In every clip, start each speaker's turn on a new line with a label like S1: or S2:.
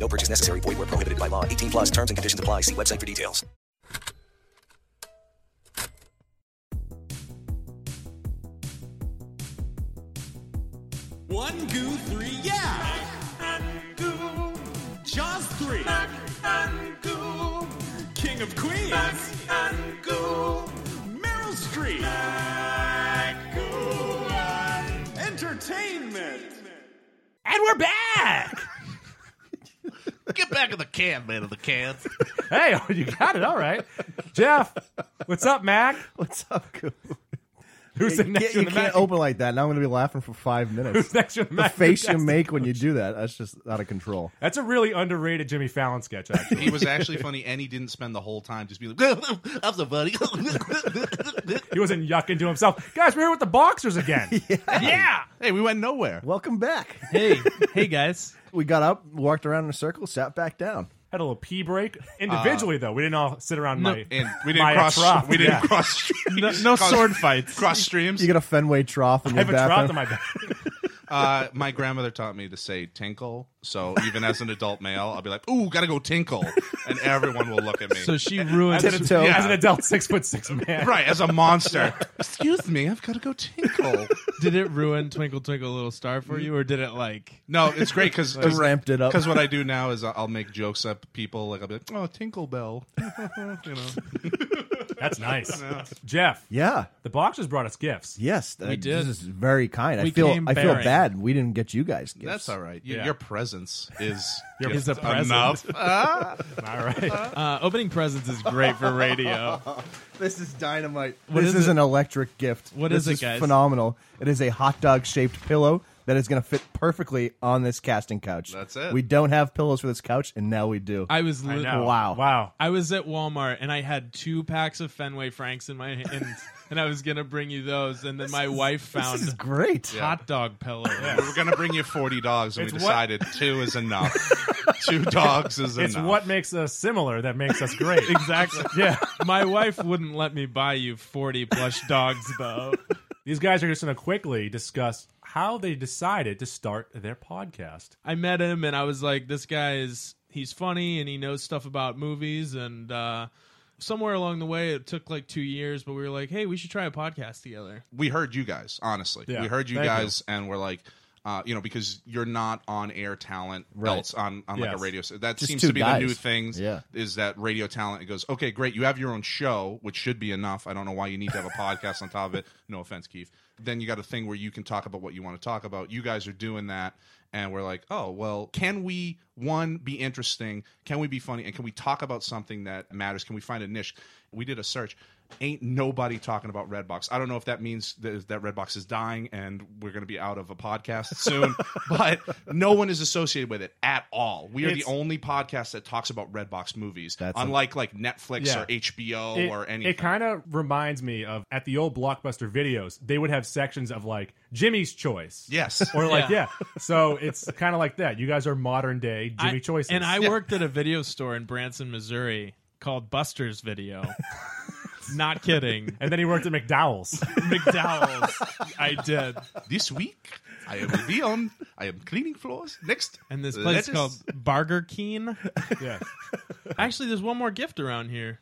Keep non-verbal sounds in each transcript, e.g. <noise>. S1: No purchase necessary. Void where prohibited by law. 18 plus terms and conditions apply. See website for details.
S2: One, goo, three, yeah. Jaws three. King of Queens. Meryl Streep. Entertainment.
S3: And we're back.
S4: Get back in the can, man, in the can.
S3: hey, oh, you got it. All right. Jeff, what's up, Mac?
S5: What's up, <laughs> Goo?
S3: Who's
S5: You
S3: the next
S5: can't, you
S3: one? to
S5: can't
S3: Mac?
S5: open like that. Now I'm going to be laughing
S3: <laughs>
S5: for five minutes.
S3: Who's next to the
S5: the
S3: Mac
S5: face you
S3: Newcastle?
S5: make when you do that, that's just out of control.
S3: That's a really underrated Jimmy Fallon sketch, actually.
S4: <laughs> He was actually funny, and he didn't spend the whole time just being like, <laughs> "I'm so funny."
S3: he wasn't yucking to himself. Guys, we're here with the boxers
S4: <laughs>
S3: again. yeah.
S4: hey, we went nowhere.
S5: Welcome back.
S6: Hey, hey guys.
S5: <laughs> We got up, walked around in a circle, sat back down.
S3: Had a little pee break. Individually, though, we didn't all sit around my.
S4: Uh, And we didn't
S3: my
S4: cross.
S3: trough.
S4: We didn't
S3: Yeah.
S6: <laughs>
S4: cross.
S6: No, no
S4: Cross-
S6: sword fights.
S4: Cross streams.
S5: You got a Fenway trough in
S3: I
S5: your
S3: have a trough in
S5: <laughs> bathroom.
S3: my
S4: <laughs>
S3: back.
S4: Uh, my grandmother taught me to say "tinkle," so even as an adult male, I'll be like, "Ooh, gotta go tinkle," and everyone will look at me.
S6: So she
S5: Head to
S6: ruined.
S5: toe.
S3: As an adult six foot
S4: <laughs>
S3: six man.
S4: right as a
S6: <laughs>
S4: monster. Excuse me, I've got to go tinkle.
S6: Did it ruin Twinkle Twinkle Little Star for you, or did it like?
S4: No, it's great because
S5: I ramped it up.
S4: Because what I do now is I'll- I'll make jokes up people like I'll be like, "Oh, tinkle bell," <laughs> you know.
S3: That's nice. Jeff,
S5: Yeah.
S3: the boxers brought us gifts.
S5: Yes. We
S6: did.
S5: This is very kind. I
S6: We
S5: feel
S6: came
S5: I feel
S6: bearing.
S5: bad we didn't get you guys gifts.
S4: That's all right. Y-
S3: Yeah.
S4: Your presence is
S3: <laughs> Your-
S4: just
S6: is a
S3: <laughs>
S6: present.
S4: enough.
S3: All right.
S6: Uh, opening presents is great for radio.
S5: This is dynamite.
S6: What
S5: this
S6: is
S5: is
S6: it?
S5: an electric gift.
S6: What
S5: this
S6: is it, guys?
S5: Phenomenal. It is a hot dog shaped pillow that is going to fit perfectly on this casting couch.
S4: That's it.
S5: We don't have pillows for this couch, and now we do.
S6: I was li-
S3: Now,
S5: Wow.
S3: Wow.
S6: I was at Walmart and I had two packs of Fenway Franks in my hands, and I was gonna bring you those, and then my wife
S5: this is
S6: found
S5: great.
S6: hot dog pillow.
S4: We were gonna bring you forty dogs, and we
S3: It's what-
S4: decided two
S3: <laughs>
S4: is enough. two dogs is
S3: It's
S4: enough.
S3: what makes us similar that makes us
S4: <laughs>
S3: great.
S6: Exactly.
S3: yeah.
S6: My wife wouldn't let me buy you forty plush dogs
S5: <laughs>
S6: though.
S3: These guys are just going to quickly discuss how they decided to start their podcast.
S6: I met him and I was like, this guy is he's funny and he knows stuff about movies and uh somewhere along the way it took like two years, but we were like, hey, we should try a podcast together.
S4: we heard you guys. Honestly,
S3: Yeah.
S4: we heard you
S3: Thank
S4: guys, and we're like. Uh, you know, because you're not on air talent else on, on like
S3: Yes.
S4: a radio. s- That
S5: Just
S4: seems
S5: two
S4: to be
S5: guys.
S4: the new thing.
S5: Yeah.
S4: is that radio talent? It goes, okay, great. You have your own show, which should be enough. I don't know why you need to have a podcast on top of it. No offense, Keith. Then you got a thing where you can talk about what you want to talk about. You guys are doing that, and we're like, oh well, can we one be interesting? Can we be funny? And can we talk about something that matters? Can we find a niche? We did a search. Ain't nobody talking about Redbox. I don't know if that means that, that Redbox is dying and we're going to be out of a podcast soon, <laughs> but no one is associated with it at all. We are
S3: It's-
S4: the only podcast that talks about Redbox movies,
S5: That's a-
S4: unlike like Netflix
S3: Yeah.
S4: or HBO
S3: it,
S4: or anything.
S3: It kind of reminds me of at the old blockbuster videos, they would have sections of like Jimmy's Choice.
S4: yes,
S3: Or like yeah,
S6: Yeah.
S3: so it's kind of like that. You guys are modern day Jimmy
S6: I-
S3: Choices,
S6: And I worked at a video store in Branson, Missouri called Buster's
S3: <laughs>
S6: Video. Not kidding.
S3: And then he worked at
S5: <laughs>
S3: McDowell's.
S6: McDowell's. I did.
S4: this week I will be on. um, I am cleaning floors next.
S6: And this place
S4: lettuce.
S6: called Burger Keen.
S3: Yeah,
S6: Actually, there's one more gift around here.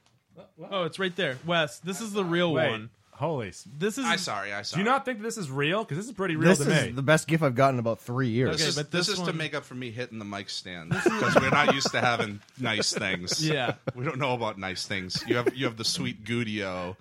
S6: Oh, it's right there. Wes, this is the real
S3: Wait,
S6: one.
S3: holy. s-
S6: This is
S4: I sorry, I sorry.
S3: Do you not think that this is real? Because this is pretty real
S5: This
S3: to
S5: is
S3: me.
S5: the best gift I've gotten in about three years.
S4: This
S6: Okay,
S4: is,
S6: but
S4: this,
S6: this
S4: is to
S6: one-
S4: make up for me hitting the mic stand because we're not used to having nice things.
S6: Yeah.
S4: we don't know about nice things. You have you have the sweet Gudio.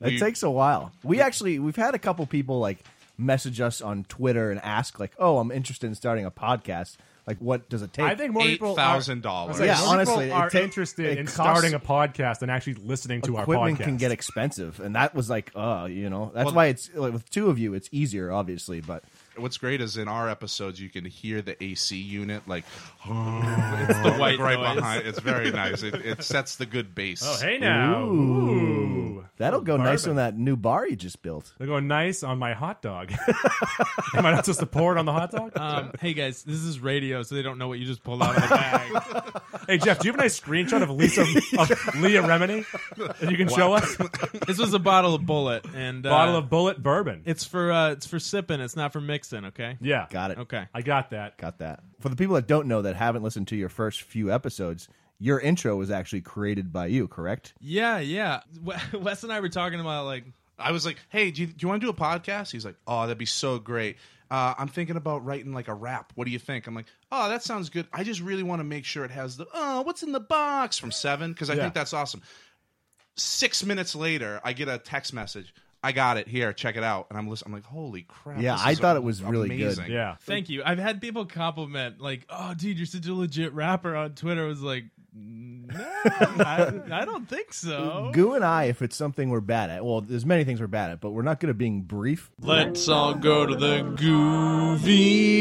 S5: It takes a while. We actually we've had a couple people like message us on Twitter and ask like, "Oh, I'm interested in starting a podcast. Like, what does it take?"
S3: I think more people are-
S4: $8,000.
S3: I was like,
S5: Yeah,
S3: more
S5: honestly,
S3: people
S5: it
S3: are
S5: ta-
S3: interested
S5: it
S3: in
S5: costs-
S3: starting a podcast and actually listening to our
S5: equipment
S3: podcast.
S5: can get expensive, and that was like, uh, you know, that's
S4: Well-
S5: why it's like, with two of you, it's easier, obviously, but
S4: What's great is in our episodes you can hear the AC unit like <laughs>
S6: the
S4: like,
S6: white
S4: right
S6: noise.
S4: behind. It's very nice. It, it sets the good base.
S3: Oh, hey now. Ooh.
S5: That'll go nice
S3: Bourbon.
S5: on that new bar you just built.
S3: They're going nice on my hot dog. <laughs> Am I not supposed to pour it on the hot dog?
S6: Um, hey guys, this is radio, so they don't know what you just pulled out of the bag.
S3: <laughs> hey, Jeff, do you have a nice screenshot of
S5: <laughs>
S3: Lisa of Leah Remini that you can show us?
S6: this was a bottle of bullet and uh,
S3: Bottle of Bullet Bourbon.
S6: It's for uh, it's for sipping. It's not for mixing. Okay.
S3: yeah.
S5: Got it.
S6: Okay.
S3: I got that.
S5: Got that. For the people that don't know that haven't listened to your first few episodes, your intro was actually created by you, correct?
S6: Yeah, yeah. We- <laughs> Wes and I were talking about like
S4: I was like, "Hey, do you, do you want to do a podcast?" He's like, "Oh, that'd be so great." Uh, I'm thinking about writing like a rap. What do you think? I'm like, "Oh, that sounds good." I just really want to make sure it has the "Oh, what's in the box?" from Seven because I
S3: Yeah.
S4: think that's awesome. Six minutes later, I get a text message. I got it here. Check it out. And I'm listening. I'm like, "Holy crap!"
S5: Yeah,
S4: this
S5: I
S4: is
S5: thought
S4: a-
S5: it was really good.
S4: amazing.
S3: Yeah.
S6: Thank you. I've had people compliment like, "Oh, dude, you're such a legit rapper." On Twitter, I was like, "No, I, I don't think so."
S5: Goo and I, if it's something we're bad at, well, there's many things we're bad at, but we're not good at being brief.
S7: Let's all go to the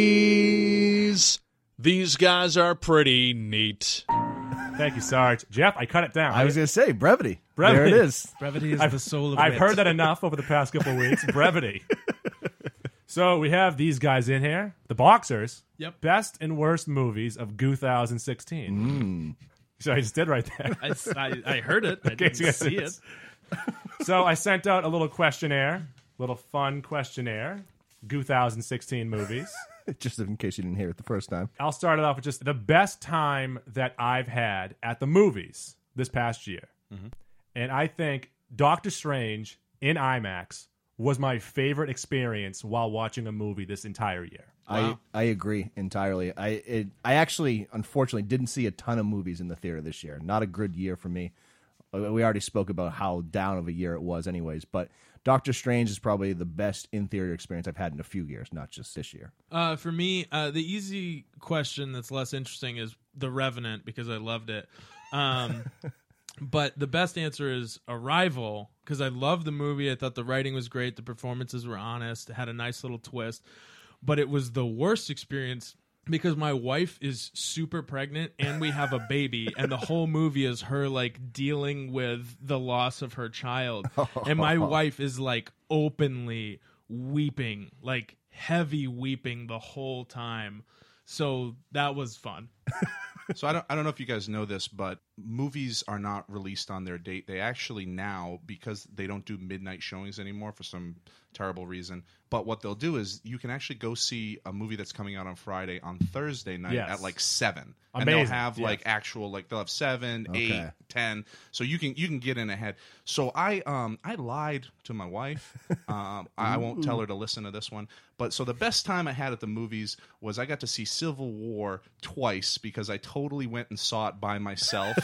S7: Goovies. These guys are pretty neat.
S3: Thank you, Sarge. Jeff, I cut it down.
S5: I was going to say brevity.
S3: Brevity.
S5: There it is. <laughs>
S6: Brevity is
S3: I've-
S6: the soul of
S3: I've
S6: wit.
S3: heard that enough over the past couple of weeks. Brevity. so we have these guys in here, the boxers.
S6: Yep.
S3: Best and worst movies of 2016.
S5: Mm.
S3: So I just did right
S5: <laughs>
S3: there.
S6: I, I, I heard it. I
S3: case
S6: didn't
S3: you guys
S6: see
S3: didn't
S6: it.
S3: so I sent out a little questionnaire, little fun questionnaire. 2016 movies.
S5: Just in case you didn't hear it the first time.
S3: I'll start it off with just the best time that I've had at the movies this past year. And I think Doctor Strange in IMAX was my favorite experience while watching a movie this entire year.
S5: I, I agree entirely. I it, I actually unfortunately didn't see a ton of movies in the theater this year. Not a good year for me. Uh, We already spoke about how down of a year it was, anyways. But Doctor Strange is probably the best in theater experience I've had in a few years, not just this year.
S6: Uh, for me, uh, the easy question that's less interesting is The Revenant because I loved it.
S3: <laughs>
S6: Um, but the best answer is Arrival because I loved the movie. I thought the writing was great, the performances were honest, it had a nice little twist. But it was the worst experience because my wife is super pregnant and we have a baby and the whole movie is her like dealing with the loss of her child and my wife is like openly weeping like heavy weeping the whole time so that was fun
S4: So I don't I don't know if you guys know this, but movies are not released on their date. They actually now because they don't do midnight showings anymore for some terrible reason. But what they'll do is you can actually go see a movie that's coming out on Friday on Thursday night
S3: Yes.
S4: at like seven, and
S3: Amazing.
S4: they'll have
S3: Yes.
S4: like actual like they'll have seven, eight, ten.
S5: Okay.
S4: So you can you can get in ahead. So I um I lied to my wife. Um, I I won't tell her to listen to this one. But so the best time I had at the movies was I got to see Civil War twice because I totally went and saw it by myself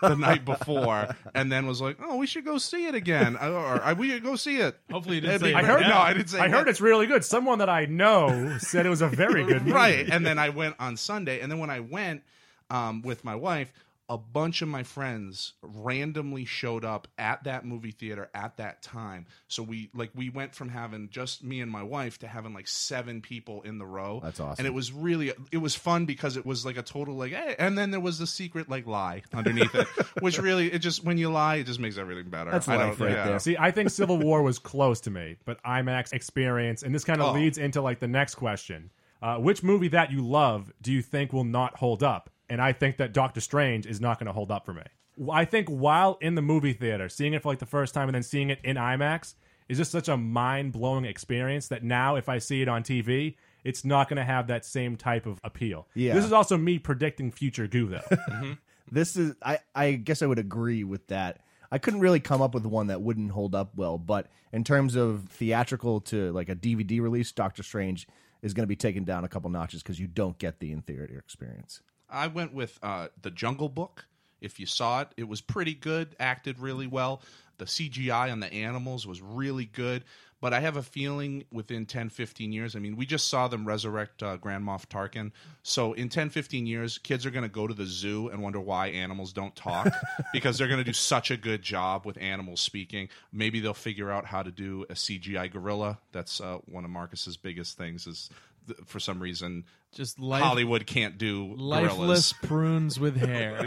S4: the night before, and then was like, oh, we should go see it again, or I- we should go see it.
S6: Hopefully you didn't
S4: It'd be
S6: say
S4: great.
S3: I heard
S4: no,
S3: that.
S4: I didn't say.
S3: I heard
S4: that.
S3: it's really good. Someone that I know said it was a
S4: <laughs>
S3: very good movie.
S4: Right. And then I went on Sunday. And then when I went um, with my wife, a bunch of my friends randomly showed up at that movie theater at that time. So we like we went from having just me and my wife to having like seven people in the row.
S5: That's awesome.
S4: And it was really it was fun because it was like a total like hey, and then there was the secret like lie underneath
S5: <laughs>
S4: it, which really it just when you lie it just makes everything better.
S5: That's
S4: I
S5: life
S4: don't-
S5: right
S4: yeah.
S5: there.
S3: See, I think Civil War was close to me, but IMAX experience, and this kind of
S4: Oh.
S3: leads into like the next question: uh, which movie that you love do you think will not hold up? And I think that Doctor Strange is not going to hold up for me. Wh- I think while in the movie theater, seeing it for like the first time and then seeing it in IMAX is just such a mind blowing experience that now if I see it on TV. It's not going to have that same type of appeal.
S5: Yeah.
S3: This is also me predicting future goo, though.
S5: This is I I guess I would agree with that. I couldn't really come up with one that wouldn't hold up well, but in terms of theatrical to like a DVD release, Doctor Strange is going to be taken down a couple notches because you don't get the in theater experience.
S4: I went with uh, the Jungle Book. If you saw it, it was pretty good, acted really well. The CGI on the animals was really good. But I have a feeling within 10, 15 years, I mean, we just saw them resurrect uh, Grand Moff Tarkin. So in 10, 15 years, kids are going to go to the zoo and wonder why animals don't talk because they're going to do such a good job with animals speaking. Maybe they'll figure out how to do a CGI gorilla. That's uh, one of Marcus's biggest things is th- for some reason
S6: Just life,
S4: Hollywood can't do
S6: lifeless
S4: <laughs> gorillas.
S6: prunes with hair.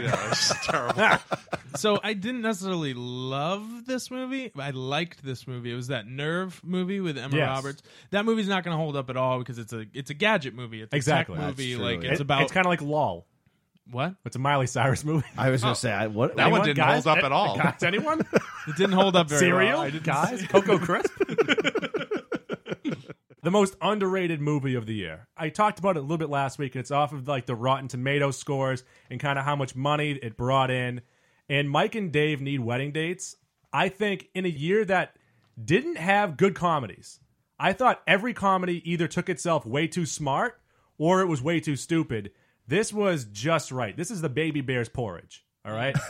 S4: <laughs> Yeah,
S3: <laughs>
S4: it's terrible.
S6: So I didn't necessarily love this movie. but I liked this movie. It was that Nerve movie with Emma
S3: Yes.
S6: Roberts. That movie's not going to hold up at all because it's a it's a gadget movie. It's a
S3: Exactly.
S6: tech
S3: That's
S6: movie.
S5: true,
S6: Like
S5: yeah.
S6: it's
S3: It-
S6: about
S3: It's kind of like LOL.
S6: what?
S3: It's a Miley Cyrus movie.
S5: I was gonna say I, what
S4: Oh. That one
S3: Anyone,
S4: didn't
S3: guys?
S4: hold up at all.
S3: Guys,
S4: <laughs>
S3: anyone?
S6: It didn't hold up very well.
S3: Cereal? <laughs>
S6: I didn't-
S3: guys? Cocoa Crisp? <laughs> the most underrated movie of the year. I talked about it a little bit last week, and it's off of like the Rotten Tomato scores and kind of how much money it brought in. And Mike and Dave need wedding dates. I think in a year that didn't have good comedies, I thought every comedy either took itself way too smart or it was way too stupid. This was just right. This is the baby bear's porridge. All right.
S6: <laughs>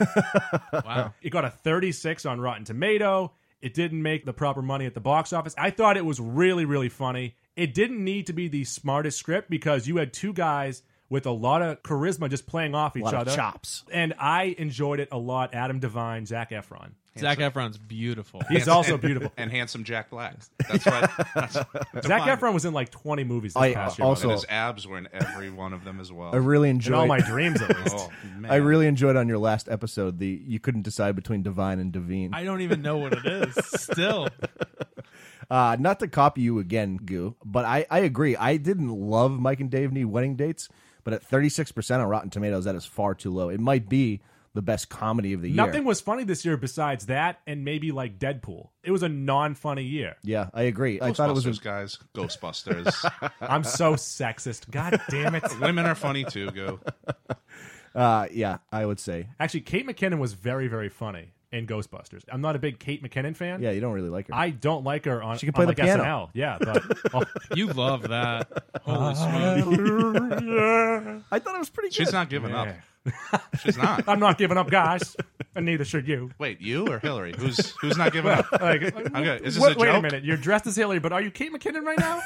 S6: Wow.
S3: It got a 36 on Rotten Tomato. It didn't make the proper money at the box office. I thought it was really, really funny. It didn't need to be the smartest script because you had two guys with a lot of charisma just playing off each
S5: lot of
S3: other.
S5: chops.
S3: And I enjoyed it a lot. Adam Devine, Zach Efron.
S6: Zac Efron's beautiful.
S3: He's also beautiful.
S4: And handsome Jack Black. That's what.
S3: <laughs>
S4: That's what
S3: Zach
S4: defined
S3: Efron was in like 20 movies this
S5: I-
S3: past year.
S4: it.
S3: by the
S4: And
S5: also-
S4: his abs were in every one of them as well.
S5: I really
S3: way. in all
S5: enjoyed.
S3: my dreams, at least.
S4: oh man!
S5: <laughs> I really enjoyed on your last episode the you couldn't decide between Divine and Devine.
S6: I don't even know what it is. Still,
S5: Uh, not to copy you again, Goo, but I, I agree. I didn't love Mike and Dave Need Wedding Dates, but at 36% on Rotten Tomatoes, that is far too low. It might be the best comedy of the year.
S3: Nothing was funny this year besides that and maybe like Deadpool. It was a non funny year.
S5: Yeah, I agree. I
S4: Ghostbusters,
S5: thought it was a,
S4: guys. Ghostbusters.
S3: I'm so <laughs> sexist. God damn it.
S4: Women are funny too. Go.
S5: uh, yeah, I would say.
S3: Actually, Kate McKinnon was very, very funny in Ghostbusters. I'm not a big Kate McKinnon fan.
S5: Yeah, you don't really like her.
S3: I don't like her on.
S5: She can play
S3: on,
S5: the
S3: like
S5: piano.
S3: SNL. Yeah,
S5: <laughs>
S3: but oh,
S6: you love that. Holy
S3: Uh-huh.
S6: smokes.
S5: I thought it was pretty good.
S4: She's not giving
S3: Yeah.
S4: up.
S3: <laughs>
S4: She's not.
S3: I'm not giving up, guys, and neither should you.
S4: Wait, you or Hillary? Who's who's not giving
S3: <laughs>
S4: up?
S3: Like,
S4: <laughs> Okay, is this
S3: wait,
S4: a
S3: wait a
S4: joke?
S3: minute. You're dressed as Hillary, but are you Kate McKinnon right
S4: <laughs>
S3: now?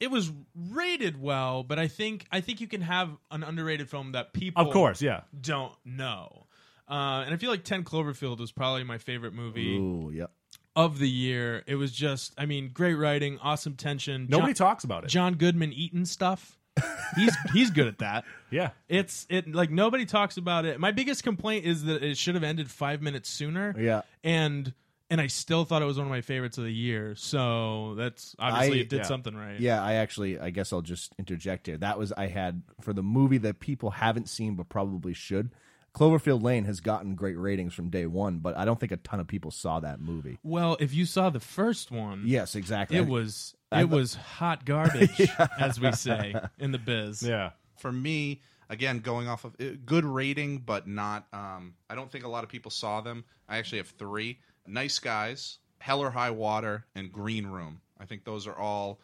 S6: It was rated well, but I think I think you can have an underrated film that people
S3: of course, yeah.
S6: don't know. Uh, and I feel like Ten Cloverfield was probably my favorite movie
S5: Ooh, yeah.
S6: of the year. It was just, I mean, great writing, awesome tension.
S3: Nobody
S6: John,
S3: talks about it.
S6: John Goodman eating stuff.
S5: <laughs>
S6: He's he's good at that.
S3: yeah.
S6: It's it like nobody talks about it. My biggest complaint is that it should have ended five minutes sooner.
S5: Yeah.
S6: and and I still thought it was one of my favorites of the year. So that's obviously
S5: I-
S6: it did
S3: yeah.
S6: something right.
S5: Yeah, I actually, I guess I'll just interject here. That was I had for the movie that people haven't seen but probably should. Cloverfield Lane has gotten great ratings from day one, but I don't think a ton of people saw that movie.
S6: Well, if you saw the first one,
S5: Yes, exactly.
S6: Mm-hmm. it was
S5: I
S6: it
S5: thought-
S6: was hot garbage,
S5: <laughs>
S6: as we say in the biz.
S3: Yeah.
S4: for me again going off of uh, good rating but not um, i don't think a lot of people saw them i actually have three nice guys hell or high water and green room i think those are all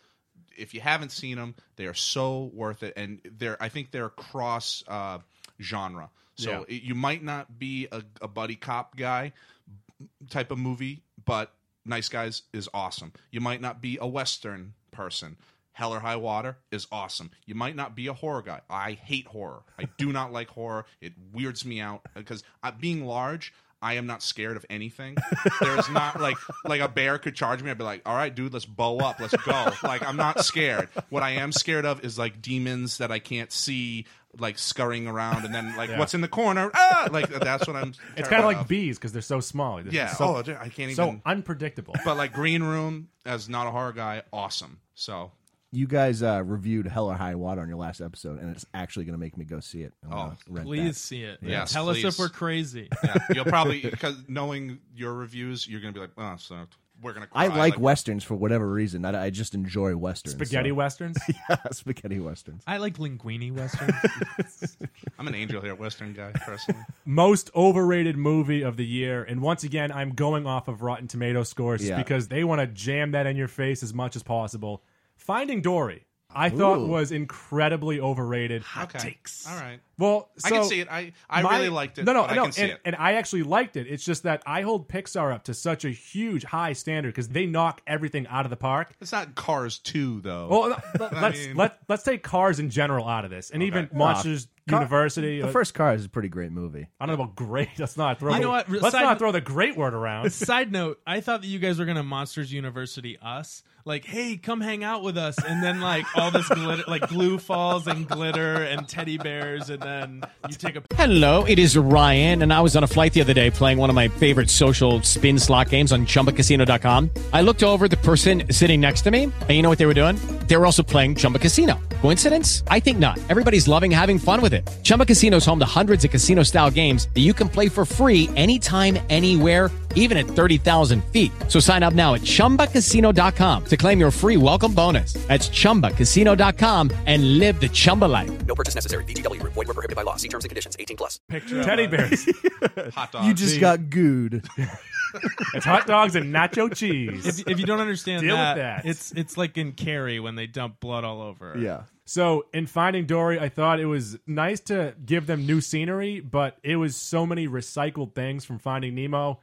S4: if you haven't seen them they are so worth it and they're i think they're cross uh, genre so
S3: Yeah.
S4: it- you might not be a, a buddy cop guy type of movie, but Nice Guys is awesome. You might not be a Western person. Hell or High Water is awesome. You might not be a horror guy. I hate horror. I do <laughs> not like horror. It weirds me out because I, being large, I am not scared of anything. There's not like like a bear could charge me. I'd be like, all right, dude, let's bow up, let's go. Like I'm not scared. What I am scared of is like demons that I can't see, like scurrying around, and then like what's in the corner? Ah! Like that's what I'm.
S3: It's kind
S4: terrified
S3: of like
S4: of.
S3: bees because they're so small. They're
S4: Yeah.
S3: So,
S4: oh, dude, I can't even.
S3: so unpredictable.
S4: but like Green Room as not a horror guy, awesome. So
S5: You guys uh, reviewed Hell or High Water on your last episode, and it's actually going to make me go see it. I'm gonna rent that.
S6: Please see it.
S4: Yes,
S6: Tell us
S4: please.
S6: if we're crazy.
S4: yeah, you'll probably <laughs> because knowing your reviews, you're gonna be like, oh, so we're gonna. Cry.
S5: I like westerns for whatever reason. I, I just enjoy westerns.
S3: Spaghetti
S5: <laughs>
S4: <laughs>
S5: so.
S3: westerns.
S5: spaghetti westerns.
S6: I like linguini western.
S3: <laughs>
S4: I'm an angel here, Western guy personally.
S5: <laughs>
S3: most overrated movie of the year. And once again, I'm going off of Rotten Tomato scores
S5: Yeah.
S3: because they want to jam that in your face as much as possible. Finding Dory, I thought was incredibly overrated.
S4: okay. All right.
S3: Well,
S4: I can
S3: so
S4: see it. I, I
S3: my-
S4: really liked it.
S3: No, no,
S4: but
S3: no,
S4: I can see
S3: and,
S4: it.
S3: and I actually liked it. It's just that I hold Pixar up to such a huge high standard because they knock everything out of the park.
S4: it's not Cars Two though.
S3: Well, no,
S5: <laughs>
S3: let-
S4: I
S3: let's
S4: mean-
S3: let, let's take cars in general out of this, and even Monsters
S5: Ah. Car-
S3: University.
S5: The
S3: uh,
S5: first Cars is a pretty great movie.
S3: I don't know about great. <laughs> Let's not throw.
S6: You know what?
S3: Let's
S6: Side-
S3: not throw the great word
S4: <laughs>
S3: around.
S6: Side note, I thought that you guys were gonna Monsters University us. Like, hey, come hang out with us, and then like all this glitter, like glue falls and glitter and teddy bears, and then you take a
S8: Hello, Oh, it is Ryan, and I was on a flight the other day playing one of my favorite social spin slot games on chumbacasino.com. I looked over at the person sitting next to me, and you know what they were doing? They were also playing Chumba Casino. Coincidence? I think not. Everybody's loving having fun with it. Chumba Casino is home to hundreds of casino style games that you can play for free anytime, anywhere, even at 30,000 feet. So sign up now at chumbacasino.com to claim your free welcome bonus. That's chumbacasino.com and live the Chumba life.
S9: No purchase necessary. VGW Group. Void were prohibited by law. See terms and conditions. 18 plus.
S6: picture. of
S3: Teddy
S6: us.
S3: bears.
S4: hot dog.
S5: You just got gooed.
S3: <laughs> It's hot dogs and nacho cheese.
S6: If, if you don't understand
S3: Deal with
S6: that,
S3: that.
S6: it's it's like in Carrie when they dump blood all over.
S5: yeah.
S3: So in Finding Dory, I thought it was nice to give them new scenery, but it was so many recycled things from Finding Nemo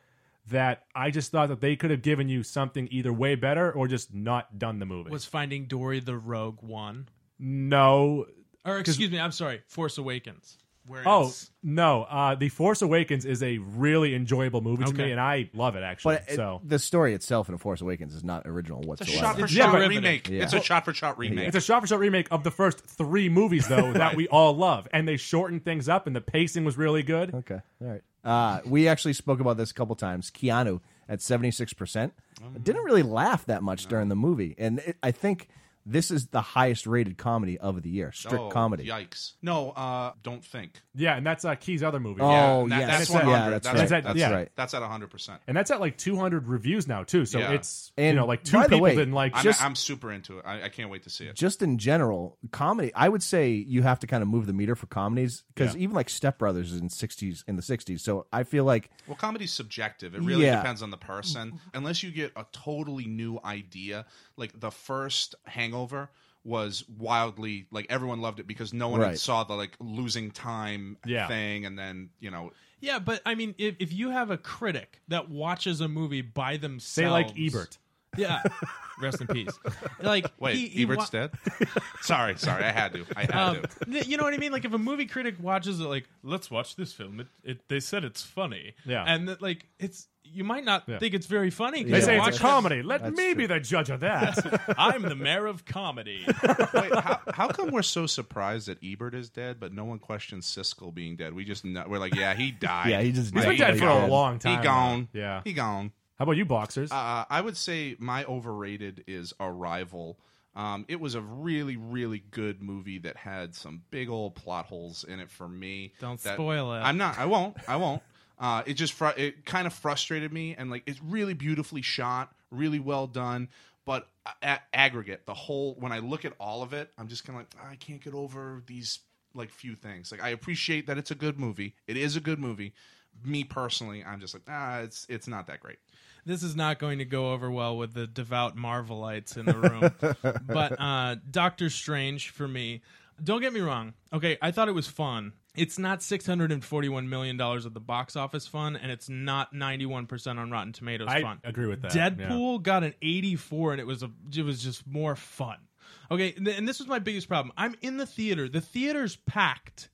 S3: that I just thought that they could have given you something either way better or just not done the movie.
S6: was Finding Dory the Rogue One,
S3: no.
S6: or excuse me, I'm sorry, Force Awakens. Where
S3: Oh
S6: it's-
S3: no! Uh, the Force Awakens is a really enjoyable movie to me, and I love it actually.
S5: But it-
S3: so
S5: the story itself in A Force Awakens is not original
S4: it's a
S5: whatsoever.
S4: shot for
S6: It's
S4: shot
S3: derivative.
S4: remake.
S5: Yeah.
S4: It's a shot for shot remake.
S3: It's a shot for shot remake of the first three movies, though, that we all love. And they shortened things up, and the pacing was really good.
S5: Okay. All right. Uh, we actually spoke about this a couple times. Keanu at 76% didn't really laugh that much during the movie. And it, I think this is the highest rated comedy of the year, strict
S4: Oh,
S5: comedy.
S4: Yikes! No, uh, don't think.
S3: Yeah, and that's uh, Key's other movie.
S5: Oh,
S4: that-
S5: yes.
S4: that's
S5: yeah,
S4: 100.
S5: that's,
S4: That's
S5: right.
S3: right.
S5: That's
S3: Yeah.
S5: right.
S4: That's at 100. percent
S3: And that's at like 200 reviews now, too. So
S4: Yeah.
S3: it's, you
S5: And
S3: know, like two
S5: by the
S3: people
S5: way,
S3: didn't like
S4: I'm,
S3: just.
S4: I'm super into it. I, I can't wait to see it.
S5: Just in general, comedy. I would say you have to kind of move the meter for comedies because even like Step Brothers is in sixties in the sixties. So I feel like
S4: Well, comedy's subjective. It really
S5: Yeah.
S4: depends on the person. Unless you get a totally new idea, like the first Hangover was wildly like everyone loved it because no one had
S5: Right.
S4: saw the like losing time
S3: Yeah.
S4: thing, and then you know,
S6: yeah, but I mean, if, if you have a critic that watches a movie by themselves,
S3: Say like Ebert.
S6: Yeah, rest in peace. Like
S4: wait,
S6: he, he
S4: Ebert's
S6: wa-
S4: dead. sorry, sorry, I had to. I had
S6: Um,
S4: <laughs>
S6: <laughs>
S4: to.
S6: th- you know what I mean? Like if a movie critic watches it, like let's watch this film. It, it they said it's funny.
S3: Yeah.
S6: and that, like it's you might not
S3: Yeah.
S6: think it's very funny. 'cause
S3: They
S6: you
S3: say
S6: watched
S3: it's a
S6: it-
S3: comedy. Let
S5: That's
S3: me
S5: true.
S3: be the judge of
S4: <laughs>
S3: that.
S6: <laughs> I'm the mayor of comedy.
S4: Wait, how, how come we're so surprised that Ebert is dead, but no one questions Siskel being dead? We just know, we're like, yeah, he died.
S5: Yeah, he just
S4: Like,
S3: He's been
S5: he
S3: dead
S5: was
S3: for a
S5: gone.
S3: long
S4: He
S3: time.
S4: gone.
S3: now. Yeah.
S4: he gone.
S3: How about you, boxers?
S4: Uh, I would say my overrated is Arrival. Um, it was a really, really good movie that had some big old plot holes in it for me.
S6: Don't
S4: that-
S6: spoil it.
S4: I'm not. I won't. I won't. Uh, it just fr- it kind of frustrated me, and like it's really beautifully shot, really well done. But a- a- aggregate, the whole when I look at all of it, I'm just kind of like "Ah, I can't get over these like few things. Like I appreciate that it's a good movie. It is a good movie. Me personally, I'm just like ah, it's it's not that great.
S6: this is not going to go over well with the devout Marvelites in the room. but uh, Doctor Strange for me, don't get me wrong. Okay, I thought it was fun. It's not $641 million at the box office fun, and it's not 91% on Rotten Tomatoes
S3: I
S6: fun.
S3: agree with that,
S6: Deadpool got an 84, and it was, a, it was just more fun. Okay, and th- and this was my biggest problem. I'm in the theater, the theater's packed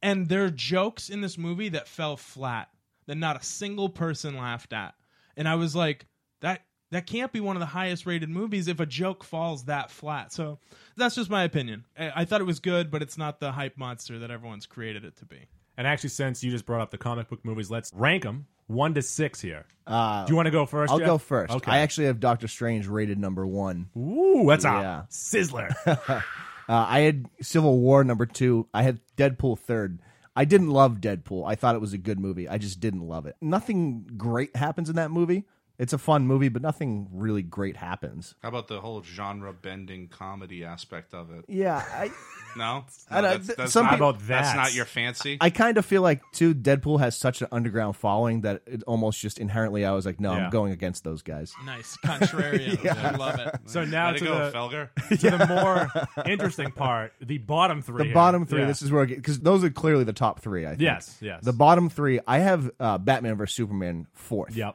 S6: and there are jokes in this movie that fell flat that not a single person laughed at and i was like that that can't be one of the highest rated movies if a joke falls that flat so that's just my opinion i, I thought it was good but it's not the hype monster that everyone's created it to be
S3: and actually, since you just brought up the comic book movies, let's rank them one to six here.
S5: Uh,
S3: Do you want to go first?
S5: I'll
S3: Jeff?
S5: go first.
S3: Okay.
S5: I actually have Doctor Strange rated number one.
S3: Ooh, that's a
S5: Yeah. <laughs>
S3: sizzler.
S5: Uh, I had Civil War number two. I had Deadpool third. I didn't love Deadpool. I thought it was a good movie. I just didn't love it. Nothing great happens in that movie. It's a fun movie, but nothing really great happens.
S4: How about the whole genre bending comedy aspect of it?
S5: Yeah, I <laughs>
S4: No, No,
S5: I know,
S4: that's,
S5: th-
S4: that's
S5: some
S4: not,
S5: people-
S3: How about
S4: that's
S3: that?
S4: not your fancy.
S5: I kind of feel like too Deadpool has such an underground following that it almost just inherently I was like, no,
S3: Yeah.
S5: I'm going against those guys.
S6: Nice contrarian. I love it.
S3: So now
S4: Let it
S3: to, the,
S4: go, Felger.
S3: to
S4: <laughs>
S3: the more interesting part, the bottom three.
S5: The
S3: here.
S5: bottom three.
S3: Yeah.
S5: This is where because those are clearly the top three. I think.
S3: Yes, yes.
S5: The bottom three. I have uh, Batman vs Superman fourth.
S3: Yep.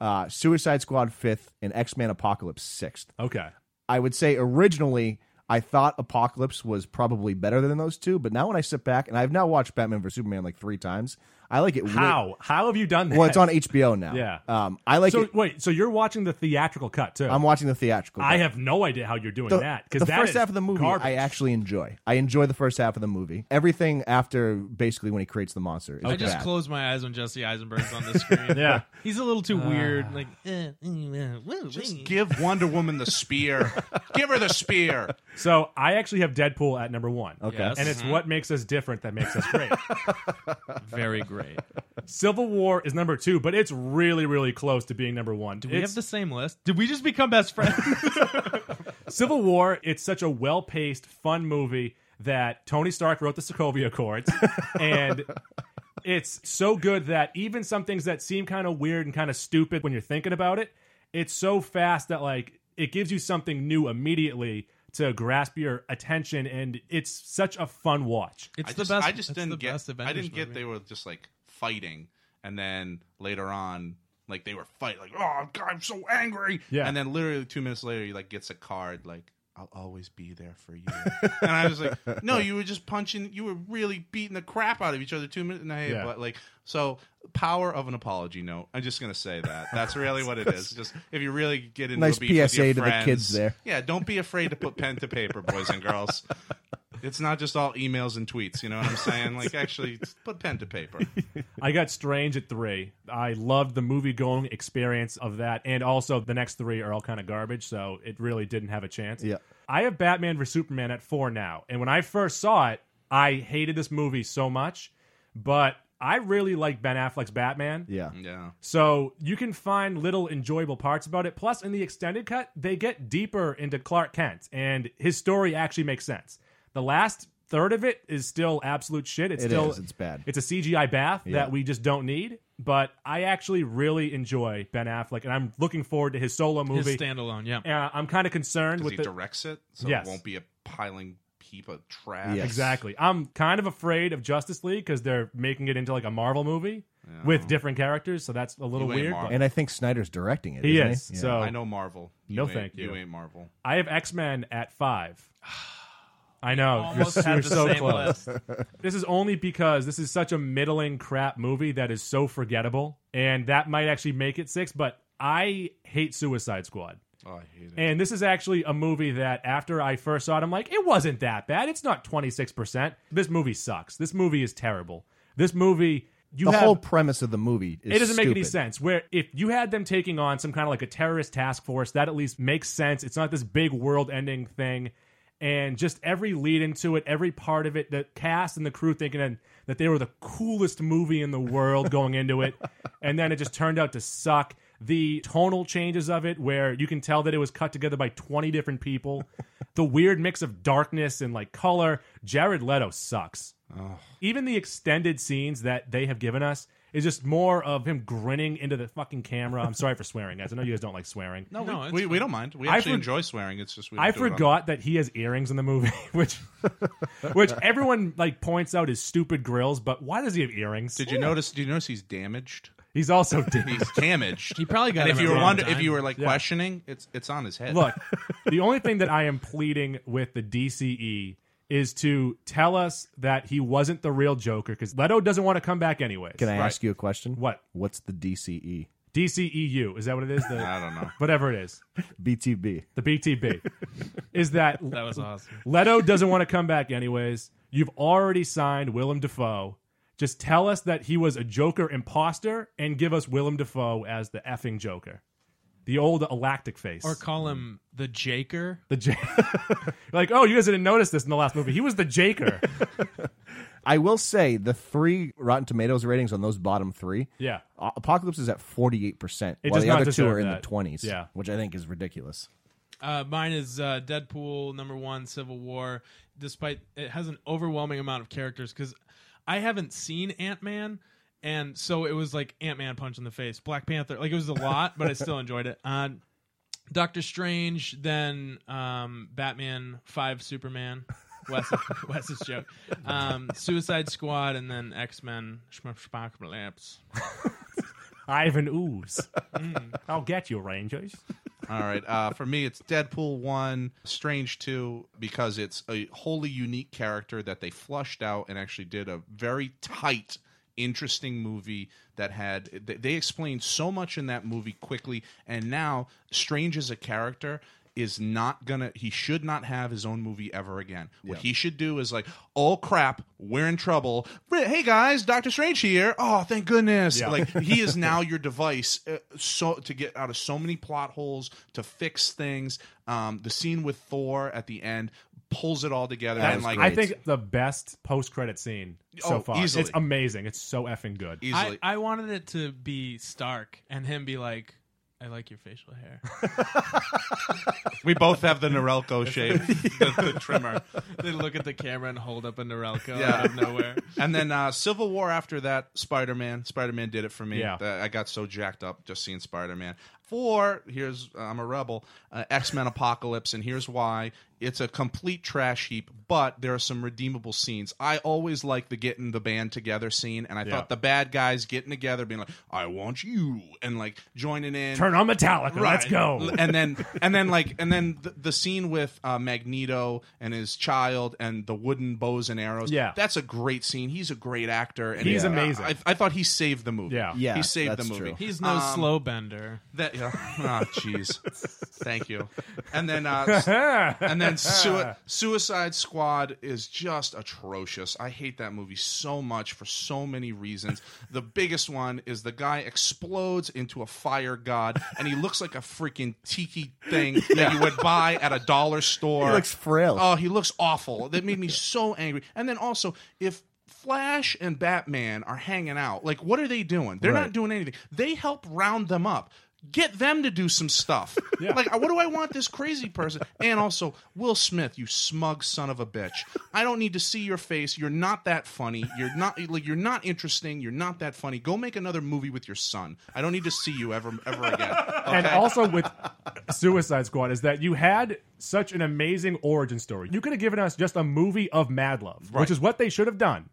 S5: Uh, Suicide Squad fifth and X Men Apocalypse sixth.
S3: Okay.
S5: I would say originally I thought Apocalypse was probably better than those two, but now when I sit back and I've now watched Batman vs Superman like three times, I like it. way-
S3: How? How have you done that?
S5: well, it's on HBO now.
S3: Yeah.
S5: Um, I like
S3: so
S5: it.
S3: wait, so you're watching the theatrical cut too?
S5: I'm watching the theatrical.
S3: I
S5: cut.
S3: have no idea how you're doing
S5: the,
S3: that
S5: the
S3: because
S5: first half of the movie I actually enjoy. I enjoy the first half of the movie. Everything after basically when he creates the monster. Is
S6: I just
S5: bad.
S6: closed my eyes when Jesse Eisenberg's on the
S3: <laughs>
S6: screen.
S3: Yeah.
S6: He's a little too weird. Like, eh, mm, eh, woo, wee.
S4: Just give Wonder Woman the
S5: <laughs>
S4: spear. give her the spear.
S3: So I actually have Deadpool at number one. Okay.
S6: Yes. Mm-hmm.
S3: And it's what makes us different that makes us great.
S6: <laughs> very great.
S3: Civil War is number two, but it's really, really close to being number one.
S6: Do we
S3: It's-
S6: have the same list? Did we just become best friends?
S3: Civil War, it's such a well paced, fun movie that Tony Stark wrote the Sokovia Accords. and it's so good that even some things that seem kind of weird and kind of stupid when you're thinking about it, it's so fast that, like, it gives you something new immediately to grasp your attention. And it's such a fun watch.
S6: It's
S4: I
S6: the
S4: just,
S6: best.
S4: I just
S6: it's
S4: didn't
S6: the
S4: get.
S6: Best
S4: I
S6: Avengers
S4: didn't get
S6: movie.
S4: they were just like fighting, and then later on, like they were fight, like oh god, I'm so angry.
S3: Yeah.
S4: And then literally two minutes later, he like gets a card like. I'll always be there for you. and I was like, no, you were just punching. You were really beating the crap out of each other two minutes. And I,
S3: Yeah.
S4: but like, so power of an apology note. I'm just gonna say that. That's really what it is. Just if you really get into
S5: Nice
S4: a beef with your
S5: PSA to the
S4: friends-
S5: kids there.
S4: Yeah, don't be afraid to put pen to paper, boys and girls. It's not just all emails and tweets. You know what I'm saying? Like, actually, put pen
S3: <laughs>
S4: to paper.
S3: I got Strange at three. I loved the movie going experience of that, and also the next three are all kind of garbage, so it really didn't have a chance.
S5: Yeah.
S3: I have Batman vs Superman at four now, and when I first saw it, I hated this movie so much, but I really like Ben Affleck's Batman.
S5: Yeah.
S4: Yeah.
S3: So you can find little enjoyable parts about it. Plus, in the extended cut, they get deeper into Clark Kent, and his story actually makes sense. The last third of it is still absolute shit. It's
S5: It
S3: still
S5: is. It's bad.
S3: It's a CGI bath
S5: Yeah.
S3: that we just don't need. But I actually really enjoy Ben Affleck, and I'm looking forward to his solo movie.
S6: His standalone. Yeah.
S3: Uh, I'm kind of concerned
S4: Because
S3: with
S4: he
S3: the,
S4: directs it, so
S3: Yes.
S4: it won't be a piling heap of trash.
S5: Yes.
S3: Exactly. I'm kind of afraid of Justice League because they're making it into like a Marvel movie with different characters, so that's a little
S4: You ain't
S3: weird.
S4: Marvel.
S3: but
S5: And I think Snyder's directing it.
S3: He
S5: isn't
S3: is.
S5: Yeah.
S3: So
S4: I know Marvel. You
S3: No,
S4: ain't-
S3: thank you.
S4: ain't Marvel.
S3: I have X Men at five. <sighs> I know Oh, you're,
S6: Almost have
S3: you're
S6: the
S3: so
S6: same
S3: close. this is only because this is such a middling crap movie that is so forgettable, and that might actually make it six. But I hate Suicide Squad,
S4: Oh, I hate it.
S3: and this is actually a movie that after I first saw it, I'm like, it wasn't that bad. It's not 26. percent This movie sucks. This movie is terrible. This movie, you
S5: the
S3: have,
S5: whole premise of the movie is
S3: it doesn't make any
S5: stupid.
S3: sense. Where if you had them taking on some kind of like a terrorist task force, that at least makes sense. It's not this big world ending thing. And just every lead into it, every part of it, the cast and the crew thinking that- that they were the coolest movie in the world going into
S5: <laughs>
S3: it. And then it just turned out to suck. The tonal changes of it, where you can tell that it was cut together by 20 different people, the weird mix of darkness and like color. Jared Leto sucks even the extended scenes that they have given us is just more of him grinning into the fucking camera. I'm sorry for swearing, guys. I know you guys don't like swearing.
S6: No, no, it's
S4: We, we don't mind. We
S3: I
S4: actually
S3: for-
S4: enjoy swearing. It's just we
S3: I
S4: don't do it on-
S3: forgot that he has earrings in the movie, <laughs> which which everyone like points out is stupid grills. But why does he have earrings?
S4: Did you notice? Did you notice he's damaged?
S3: He's also
S4: <laughs>
S3: dead. <laughs>
S4: He's damaged.
S6: He probably got
S4: And
S6: him
S4: if
S6: at
S4: you
S6: the
S4: were
S6: wrong
S4: wonder,
S6: time.
S4: if you were like questioning, it's it's on his head.
S3: Look, the only thing that I am pleading with the DCE is to tell us that he wasn't the real Joker because Leto doesn't want to come back anyways.
S5: Can I ask you a question?
S3: What?
S5: What's the E? DCE?
S3: DCEU is that what it is? The,
S4: I don't know.
S3: Whatever it is,
S5: BTB.
S3: the BTB is that
S6: that was awesome.
S3: Leto doesn't want to come back anyways. You've already signed Willem Dafoe. Just tell us that he was a Joker imposter and give us Willem Dafoe as the effing Joker. The old Galactic face.
S6: Or call him the Jaker.
S3: <laughs> the J- like, oh, you guys didn't notice this in the last movie. He was the Jaker.
S5: I will say the three Rotten Tomatoes ratings on those bottom three.
S3: Yeah.
S5: A- Apocalypse is at forty eight percent,
S3: It
S5: while
S3: does
S5: the
S3: not
S5: other two
S3: deserve
S5: are in the
S3: that.
S5: twenties.
S3: Yeah.
S5: which I think is ridiculous. <laughs>
S6: Uh, mine is uh, Deadpool number one, Civil War. Despite it has an overwhelming amount of characters, because I haven't seen Ant Man, and so it was like Ant Man punch in the face, Black Panther. Like it was a lot, but I still enjoyed it. Uh, Doctor Strange, then um, Batman Five, Superman. Wes, <laughs> Wes's joke, um, Suicide Squad, and then X Men.
S3: Ivan Ooze. I'll get you, Rangers.
S4: All right. Uh, for me, it's Deadpool 1, Strange 2, because it's a wholly unique character that they flushed out and actually did a very tight, interesting movie that had. they- They explained so much in that movie quickly. And now, Strange as a character is not gonna he should not have his own movie ever again what he should do is like oh crap we're in trouble hey guys dr strange here oh thank goodness
S3: Yeah.
S4: like he is now your device uh, so to get out of so many plot holes to fix things um the scene with thor at the end pulls it all together
S5: That
S4: and
S5: was
S4: like
S3: I think the best post credit scene so
S4: Oh,
S3: far.
S4: easily. E
S3: It's amazing. It's so effing good.
S4: easily
S6: I, I wanted it to be Stark and him be like, I like your
S4: <laughs>
S6: facial hair.
S4: we both have the norelco shape the, the trimmer
S6: they look at the camera and hold up a Norelco
S4: Yeah.
S6: out of nowhere.
S4: <laughs> and then uh, Civil War after that, Spider Man. Spider Man did it for me.
S3: Yeah.
S4: Uh, I got so jacked up just seeing Spider Man. Four, here's I'm a rebel. Uh, X Men Apocalypse, and here's why. It's a complete trash heap, but there are some redeemable scenes. I always like the getting the band together scene, and I
S3: Yeah.
S4: thought the bad guys getting together, being like, "I want you," and like joining in.
S3: Turn on Metallica. Let's go.
S4: L- And then and then like and then the, the scene with uh, Magneto and his child and the wooden bows and arrows.
S3: Yeah.
S4: that's a great scene. He's a great actor. And
S3: He's
S4: he-
S3: amazing.
S4: I, I thought he saved the movie.
S3: Yeah.
S5: Yeah,
S4: he saved the
S5: that's
S4: movie.
S5: true.
S6: He's no
S4: Um,
S6: slow bender.
S4: That <laughs> yeah. oh jeez, thank you. And then uh,
S5: <laughs>
S4: s- and then sui- Suicide Squad is just atrocious. I hate that movie so much for so many reasons. The biggest one is the guy explodes into a fire god, and he looks like a freaking tiki thing that you would buy at a dollar store.
S5: He looks frail.
S4: Oh, he looks awful. That made me so angry. And then also, if Flash and Batman are hanging out, like what are they doing? They're not
S5: Right.
S4: doing anything. They help round them up. Get them to do some stuff. Like, what do I want this crazy person? And also, Will Smith, you smug son of a bitch. I don't need to see your face. You're not that funny. You're not like you're not interesting. You're not that funny. Go make another movie with your son. I don't need to see you ever ever again.
S3: And
S4: Okay?
S3: also
S4: <laughs>
S3: with Suicide Squad is that you had such an amazing origin story. You could have given us just a movie of Mad Love, which is what they should have done.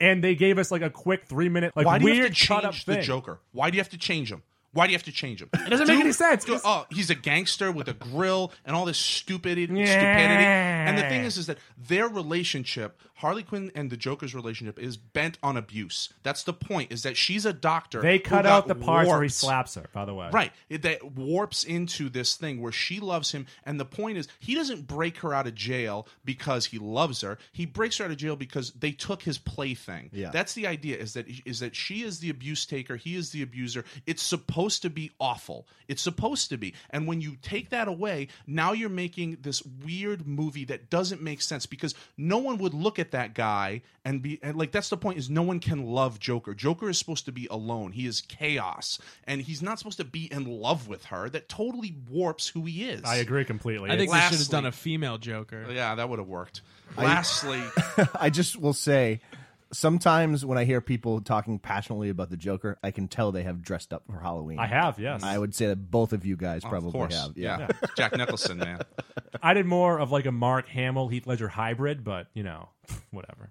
S3: And they gave us like a quick three minute, like
S4: Why do
S3: weird
S4: you have to
S3: cut up
S4: change the
S3: thing.
S4: Joker? Why do you have to change him? Why do you have to change him? It
S3: doesn't make any sense.
S4: oh, he's a gangster with a grill and all this stupid stupidity.
S3: Yeah.
S4: And the thing is, is that their relationship, Harley Quinn and the Joker's relationship, is bent on abuse. That's the point. Is that she's a doctor.
S3: They
S4: who
S3: cut
S4: got
S3: out the parts where he
S4: warped.
S3: slaps her. By the way,
S4: Right. It- That warps into this thing where she loves him. And the point is, he doesn't break her out of jail because he loves her. He breaks her out of jail because they took his plaything.
S5: Yeah.
S4: That's the idea is that is that she is the abuse taker, he is the abuser. It's supposed to be awful. It's supposed to be. And when you take that away, now you're making this weird movie that doesn't make sense because no one would look at that guy and be and like that's the point is no one can love Joker. Joker is supposed to be alone. He is chaos and he's not supposed to be in love with her. That totally warps who he is.
S3: I agree completely.
S6: I think
S3: It's-
S6: they should have
S4: Lastly- Oh,
S6: done a female Joker.
S4: Yeah, that would have worked. Lastly,
S5: I just will say, sometimes when I hear people talking passionately about the Joker, I can tell they have dressed up for Halloween.
S3: I have yes.
S5: I would say that both of you guys <laughs> probably
S4: of course.
S5: have. Yeah.
S4: Yeah. Jack Nicholson, man.
S3: I did more of like a Mark Hamill Heath Ledger hybrid, but you know, <laughs> whatever.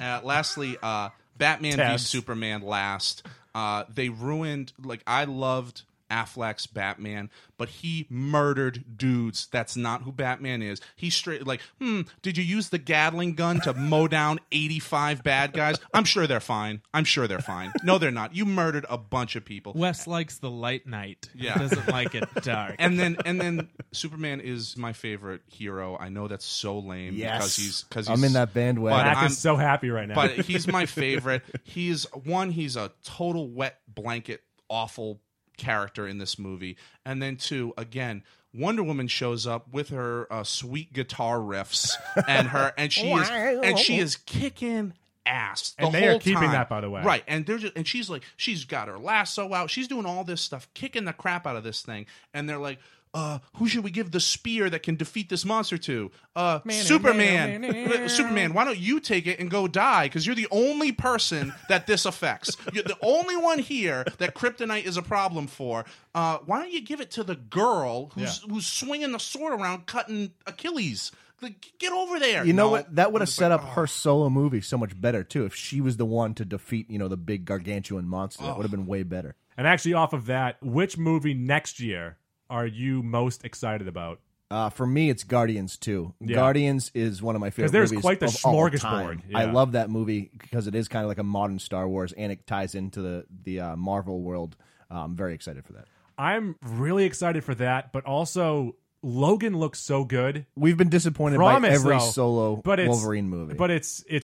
S4: Uh, lastly, uh, Batman v
S3: Tabs.
S4: Superman. Last, uh, they ruined. Like I loved Affleck's Batman, but he murdered dudes. That's not who Batman is. He straight like, hmm. Did you use the Gatling gun to mow down eighty-five bad guys? I'm sure they're fine. I'm sure they're fine. No, they're not. You murdered a bunch of people.
S6: Wes likes the light night. He
S4: Yeah.
S6: doesn't
S4: <laughs>
S6: like it dark.
S4: and then and then Superman is my favorite hero. I know that's so lame
S5: Yes.
S4: because he's because
S5: I'm in that bandwagon.
S4: But
S3: Mac
S4: I'm-
S3: is so happy right now. <laughs>
S4: but he's my favorite. He's one. He's a total wet blanket, awful character in this movie. And then two, again, Wonder Woman shows up with
S3: <laughs>
S4: her uh, sweet guitar riffs and her and she is and she is kicking ass. The
S3: And they are
S4: whole
S3: keeping
S4: time.
S3: that, by the way.
S4: Right. And they're just and she's like, she's got her lasso out. She's doing all this stuff, kicking the crap out of this thing. And they're like, uh, who should we give the spear that can defeat this monster to? Uh, Superman. <laughs> Superman, why don't you take it and go die? Because you're the only person that this affects. You're the only one here that kryptonite is a problem for. Uh, why don't you give it to the girl who's who's swinging the sword around, cutting Achilles? Like, get over there.
S5: You know
S4: No.
S5: what? That would
S4: I'm
S5: have
S4: just
S5: set
S4: like,
S5: up
S4: oh.
S5: her solo movie so much better too. If she was the one to defeat, you know, the big gargantuan monster, it would have been way better.
S3: And actually, off of that, which movie next year are you most excited about?
S5: Uh, for me, it's Guardians too.
S3: Yeah.
S5: Guardians is one of my favorite.
S3: there's
S5: movies
S3: quite the
S5: of all time.
S3: smorgasbord, yeah.
S5: I love that movie because it is kind of like a modern Star Wars, and it ties into the the uh, Marvel world. Uh, I'm very excited for that.
S3: I'm really excited for that, but also Logan looks so good.
S5: We've been disappointed
S3: Promise,
S5: by every
S3: though,
S5: solo
S3: but it's-
S5: Wolverine movie.
S3: But it's it's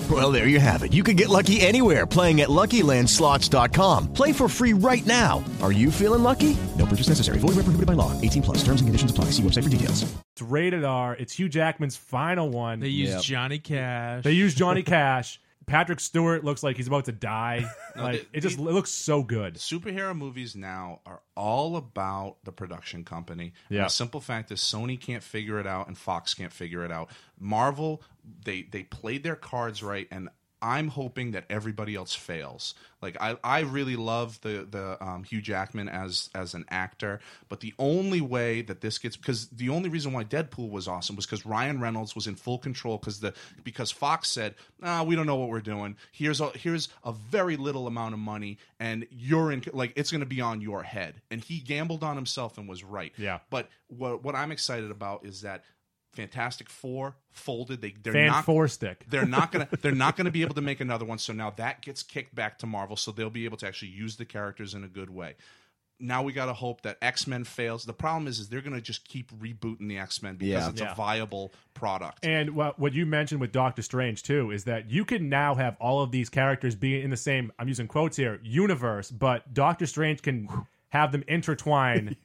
S10: Well, there you have it. You can get lucky anywhere playing at LuckyLandSlots.com. Play for free right now. Are you feeling lucky? No purchase necessary. Void where prohibited by law. 18 plus. Terms and conditions apply. See website for details.
S3: it's rated R. It's Hugh Jackman's final one.
S6: They
S3: They,
S6: use Johnny Cash.
S3: use Johnny Cash. Patrick Stewart looks like he's about to
S4: <laughs>
S3: die. like
S4: they-
S3: it just
S4: they-
S3: looks so good.
S4: superhero movies now are all about the production company. And
S3: Yeah.
S4: the simple fact is Sony can't figure it out and Fox can't figure it out. Marvel, they they played their cards right and I'm hoping that everybody else fails. Like I, I really love the the um, Hugh Jackman as as an actor, but the only way that this gets because the only reason why Deadpool was awesome was because Ryan Reynolds was in full control because the because Fox said, "Ah, we don't know what we're doing. Here's a here's a very little amount of money, and you're in like it's going to be on your head." And he gambled on himself and was right.
S3: Yeah.
S4: But what what I'm excited about is that Fantastic Four folded. They they're
S3: Fan
S4: not
S3: four stick.
S4: they're not
S3: <laughs>
S4: gonna they're not gonna be able to make another one. So now that gets kicked back to Marvel. So they'll be able to actually use the characters in a good way. Now we gotta hope that X Men fails. The problem is, is they're gonna just keep rebooting the X Men because
S5: Yeah.
S4: it's
S3: Yeah.
S4: a viable product.
S3: And what what you mentioned with Doctor Strange too is that you can now have all of these characters be in the same I'm using quotes here universe, but Doctor Strange can have them intertwine,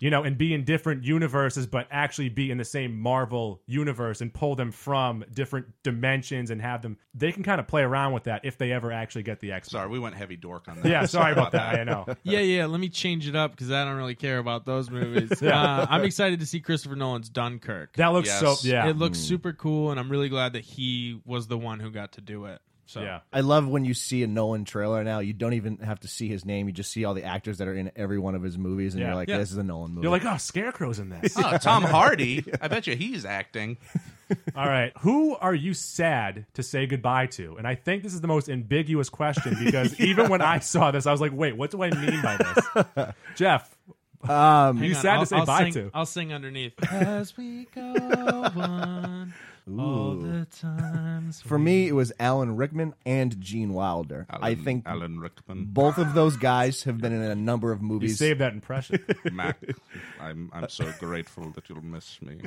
S3: you know, and be in different universes, but actually be in the same Marvel universe and pull them from different dimensions and have them. They can kind of play around with that if they ever actually get the X.
S4: sorry, we went heavy dork on that.
S3: Yeah, sorry about
S4: <laughs>
S3: that. I know.
S6: yeah, yeah. Let me change it up because I don't really care about
S3: <laughs>
S6: those movies. uh, I'm excited to see Christopher Nolan's Dunkirk.
S3: That looks
S4: Yes.
S3: so yeah.
S6: It looks super cool, and I'm really glad that he was the one who got to do it. So
S3: yeah.
S5: I love when you see a Nolan trailer now. You don't even have to see his name. You just see all the actors that are in every one of his movies, and
S3: Yeah.
S5: you're like,
S6: Yeah.
S5: "This is a Nolan movie."
S3: You're like, oh, Scarecrow's in
S4: <laughs>
S3: this.
S4: Oh,
S3: <laughs>
S4: Tom Hardy. I bet you he's acting.
S3: All right. Who are you sad to say goodbye to? And I think this is the most ambiguous question because even when I saw this, I was like, wait, what do I mean by this? Jeff,
S5: um,
S3: you
S6: Hang on,
S3: sad
S6: I'll-
S3: to say
S6: I'll
S3: bye
S6: sing-
S3: to?
S6: I'll sing underneath. <laughs> As we go on, all the times.
S3: "Oh."
S5: for me, it was Alan Rickman and Gene Wilder. I
S4: Alan-
S5: think
S4: Alan Rickman.
S5: both of those guys have been in a number of
S3: You
S5: movies.
S3: saved that impression. <laughs>
S4: Mac, I'm I'm so grateful that you'll miss me.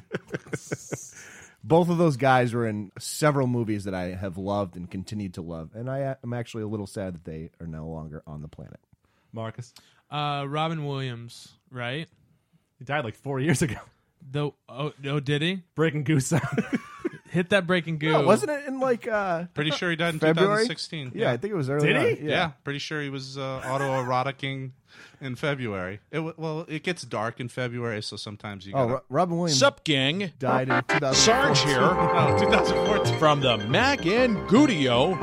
S5: both of those guys were in several movies that I have loved and continued to love, and I am actually a little sad that they are no longer on the planet.
S3: Marcus,
S6: Uh, Robin Williams, right?
S3: he died like four years ago.
S6: The oh, oh did he
S3: Breaking <laughs> Goose Sound.
S6: hit that breaking goo?
S5: No, Oh, wasn't it in like uh,
S4: Pretty sure he died in
S5: February?
S4: 2016.
S5: Yeah, I think it was early.
S3: Did
S5: on.
S3: he?
S4: Yeah. pretty sure he was uh, autoeroticing in February. It w- well, it gets dark in February, so sometimes you.
S5: Oh,
S4: Gotta-
S5: Ro- Robin Williams
S7: Sup, gang?
S5: died in 2000.
S7: Sarge here
S4: oh, 2014.
S7: from the Mac and Gudio.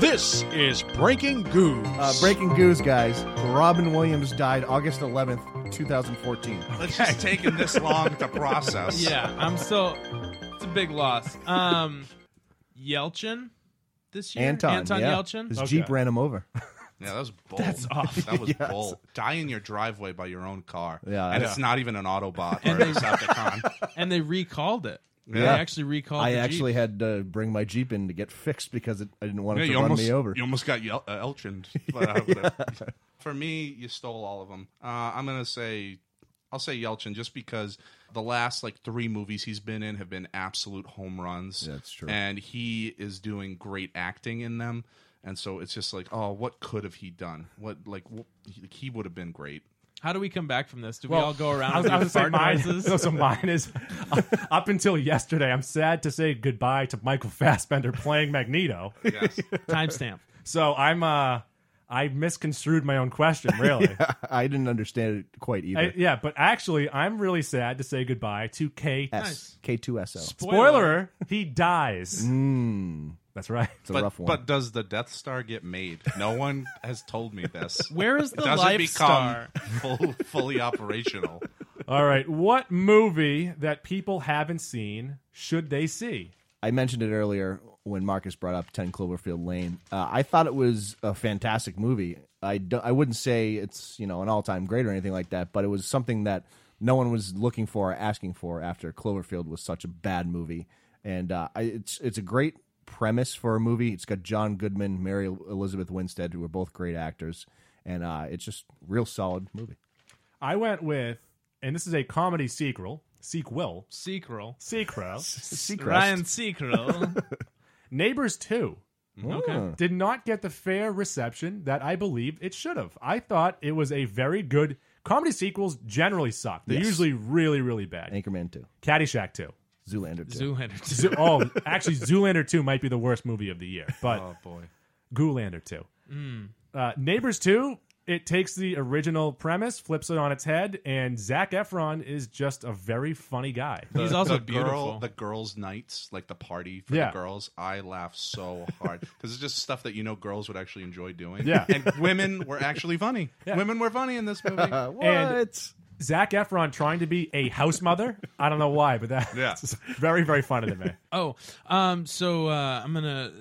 S7: This is Breaking Goose.
S5: Uh, breaking Goose, guys. Robin Williams died August 11th, 2014.
S4: It's just taking this long
S5: <laughs>
S4: to process.
S6: Yeah, I'm still. It's a big loss. Um, Yelchin this year.
S5: Anton, yeah.
S6: Yelchin.
S5: His
S3: Okay.
S5: Jeep ran him over.
S4: yeah, that was bold. That's awful. That was
S5: <laughs>
S4: bold. Die in your driveway by your own car.
S5: Yeah,
S4: and
S5: that's-
S4: it's not even an
S5: <laughs>
S4: Autobot or a Decepticon.
S6: Oh, and they recalled it. They
S5: Yeah.
S6: actually recalled.
S5: I
S6: the Jeep.
S5: actually had to bring my Jeep in to get fixed because it, I didn't want
S4: Yeah,
S5: it
S4: you
S5: to run
S4: almost,
S5: me over.
S4: You almost got yel- uh,
S5: <laughs>
S4: Elchined. But, uh, whatever. For me, you stole all of them. Uh, I'm gonna say I'll say Yelchin just because the last like three movies he's been in have been absolute home runs. That's
S5: true.
S4: And he is doing great acting in them. And so it's just like, oh, what could have he done? What like wh- he- he would have been great.
S6: How do we come back from this? Do
S3: Well,
S6: we all go around
S3: I was, <laughs> I
S6: with our
S3: was gonna say mine-
S6: devices?
S3: no, so mine is uh, up until yesterday. I'm sad to say goodbye to Michael Fassbender playing Magneto.
S4: Yes.
S6: Timestamp.
S3: So I'm uh, I misconstrued my own question. Really.
S5: <laughs> I didn't understand it quite either.
S3: I- yeah, but actually, I'm really sad to say goodbye to K.
S5: S K two S O.
S3: Spoiler: He dies. That's right.
S5: It's a
S4: but,
S5: rough one.
S4: but does the Death Star get made? No one has told me
S6: <laughs>
S4: this.
S6: Where is the
S4: Does it
S6: Life
S4: become full, fully
S6: <laughs>
S4: operational?
S3: All right, what movie that people haven't seen should they see?
S5: I mentioned it earlier when Marcus brought up Ten Cloverfield Lane. Uh, I thought it was a fantastic movie. I don't- I wouldn't say it's you know an all time great or anything like that, but it was something that no one was looking for or asking for after Cloverfield was such a bad movie, and uh, I, it's it's a great premise for a movie. It's got John Goodman, Mary Elizabeth Winstead, who are both great actors, and uh, it's just real solid movie.
S3: I went with, and this is a comedy sequel. Sequel.
S6: Sequel.
S3: Sequel.
S5: <laughs> Seacrest.
S6: Ryan Seacrest.
S3: Neighbors 2.
S6: Okay.
S3: Did not get the fair reception that I believed it should have. I thought it was a very good. Comedy sequels generally suck. They're
S5: Yes.
S3: usually really, really bad.
S5: Anchorman two,
S3: Caddyshack 2.
S5: Zoolander two.
S6: Zoolander.
S3: Zoo- oh, actually, Zoolander 2 might be the worst movie of the year, but
S4: Oh boy.
S3: Goolander 2. Uh, Neighbors 2, it takes the original premise, flips it on its head, and Zach Efron is just a very funny guy.
S6: He's also
S4: the
S6: beautiful.
S4: Girl, the girls' nights, like the party for
S3: Yeah.
S4: the girls, I laugh so hard because it's just stuff that you know girls would actually enjoy doing.
S3: Yeah.
S4: and women were actually
S6: <laughs>
S4: funny. Women were funny in this movie.
S3: And Zach Efron trying to be a house mother. I don't know why, but that's <laughs>
S4: Yeah.
S3: very, very funny to me.
S6: Oh, um, so uh, I'm gonna.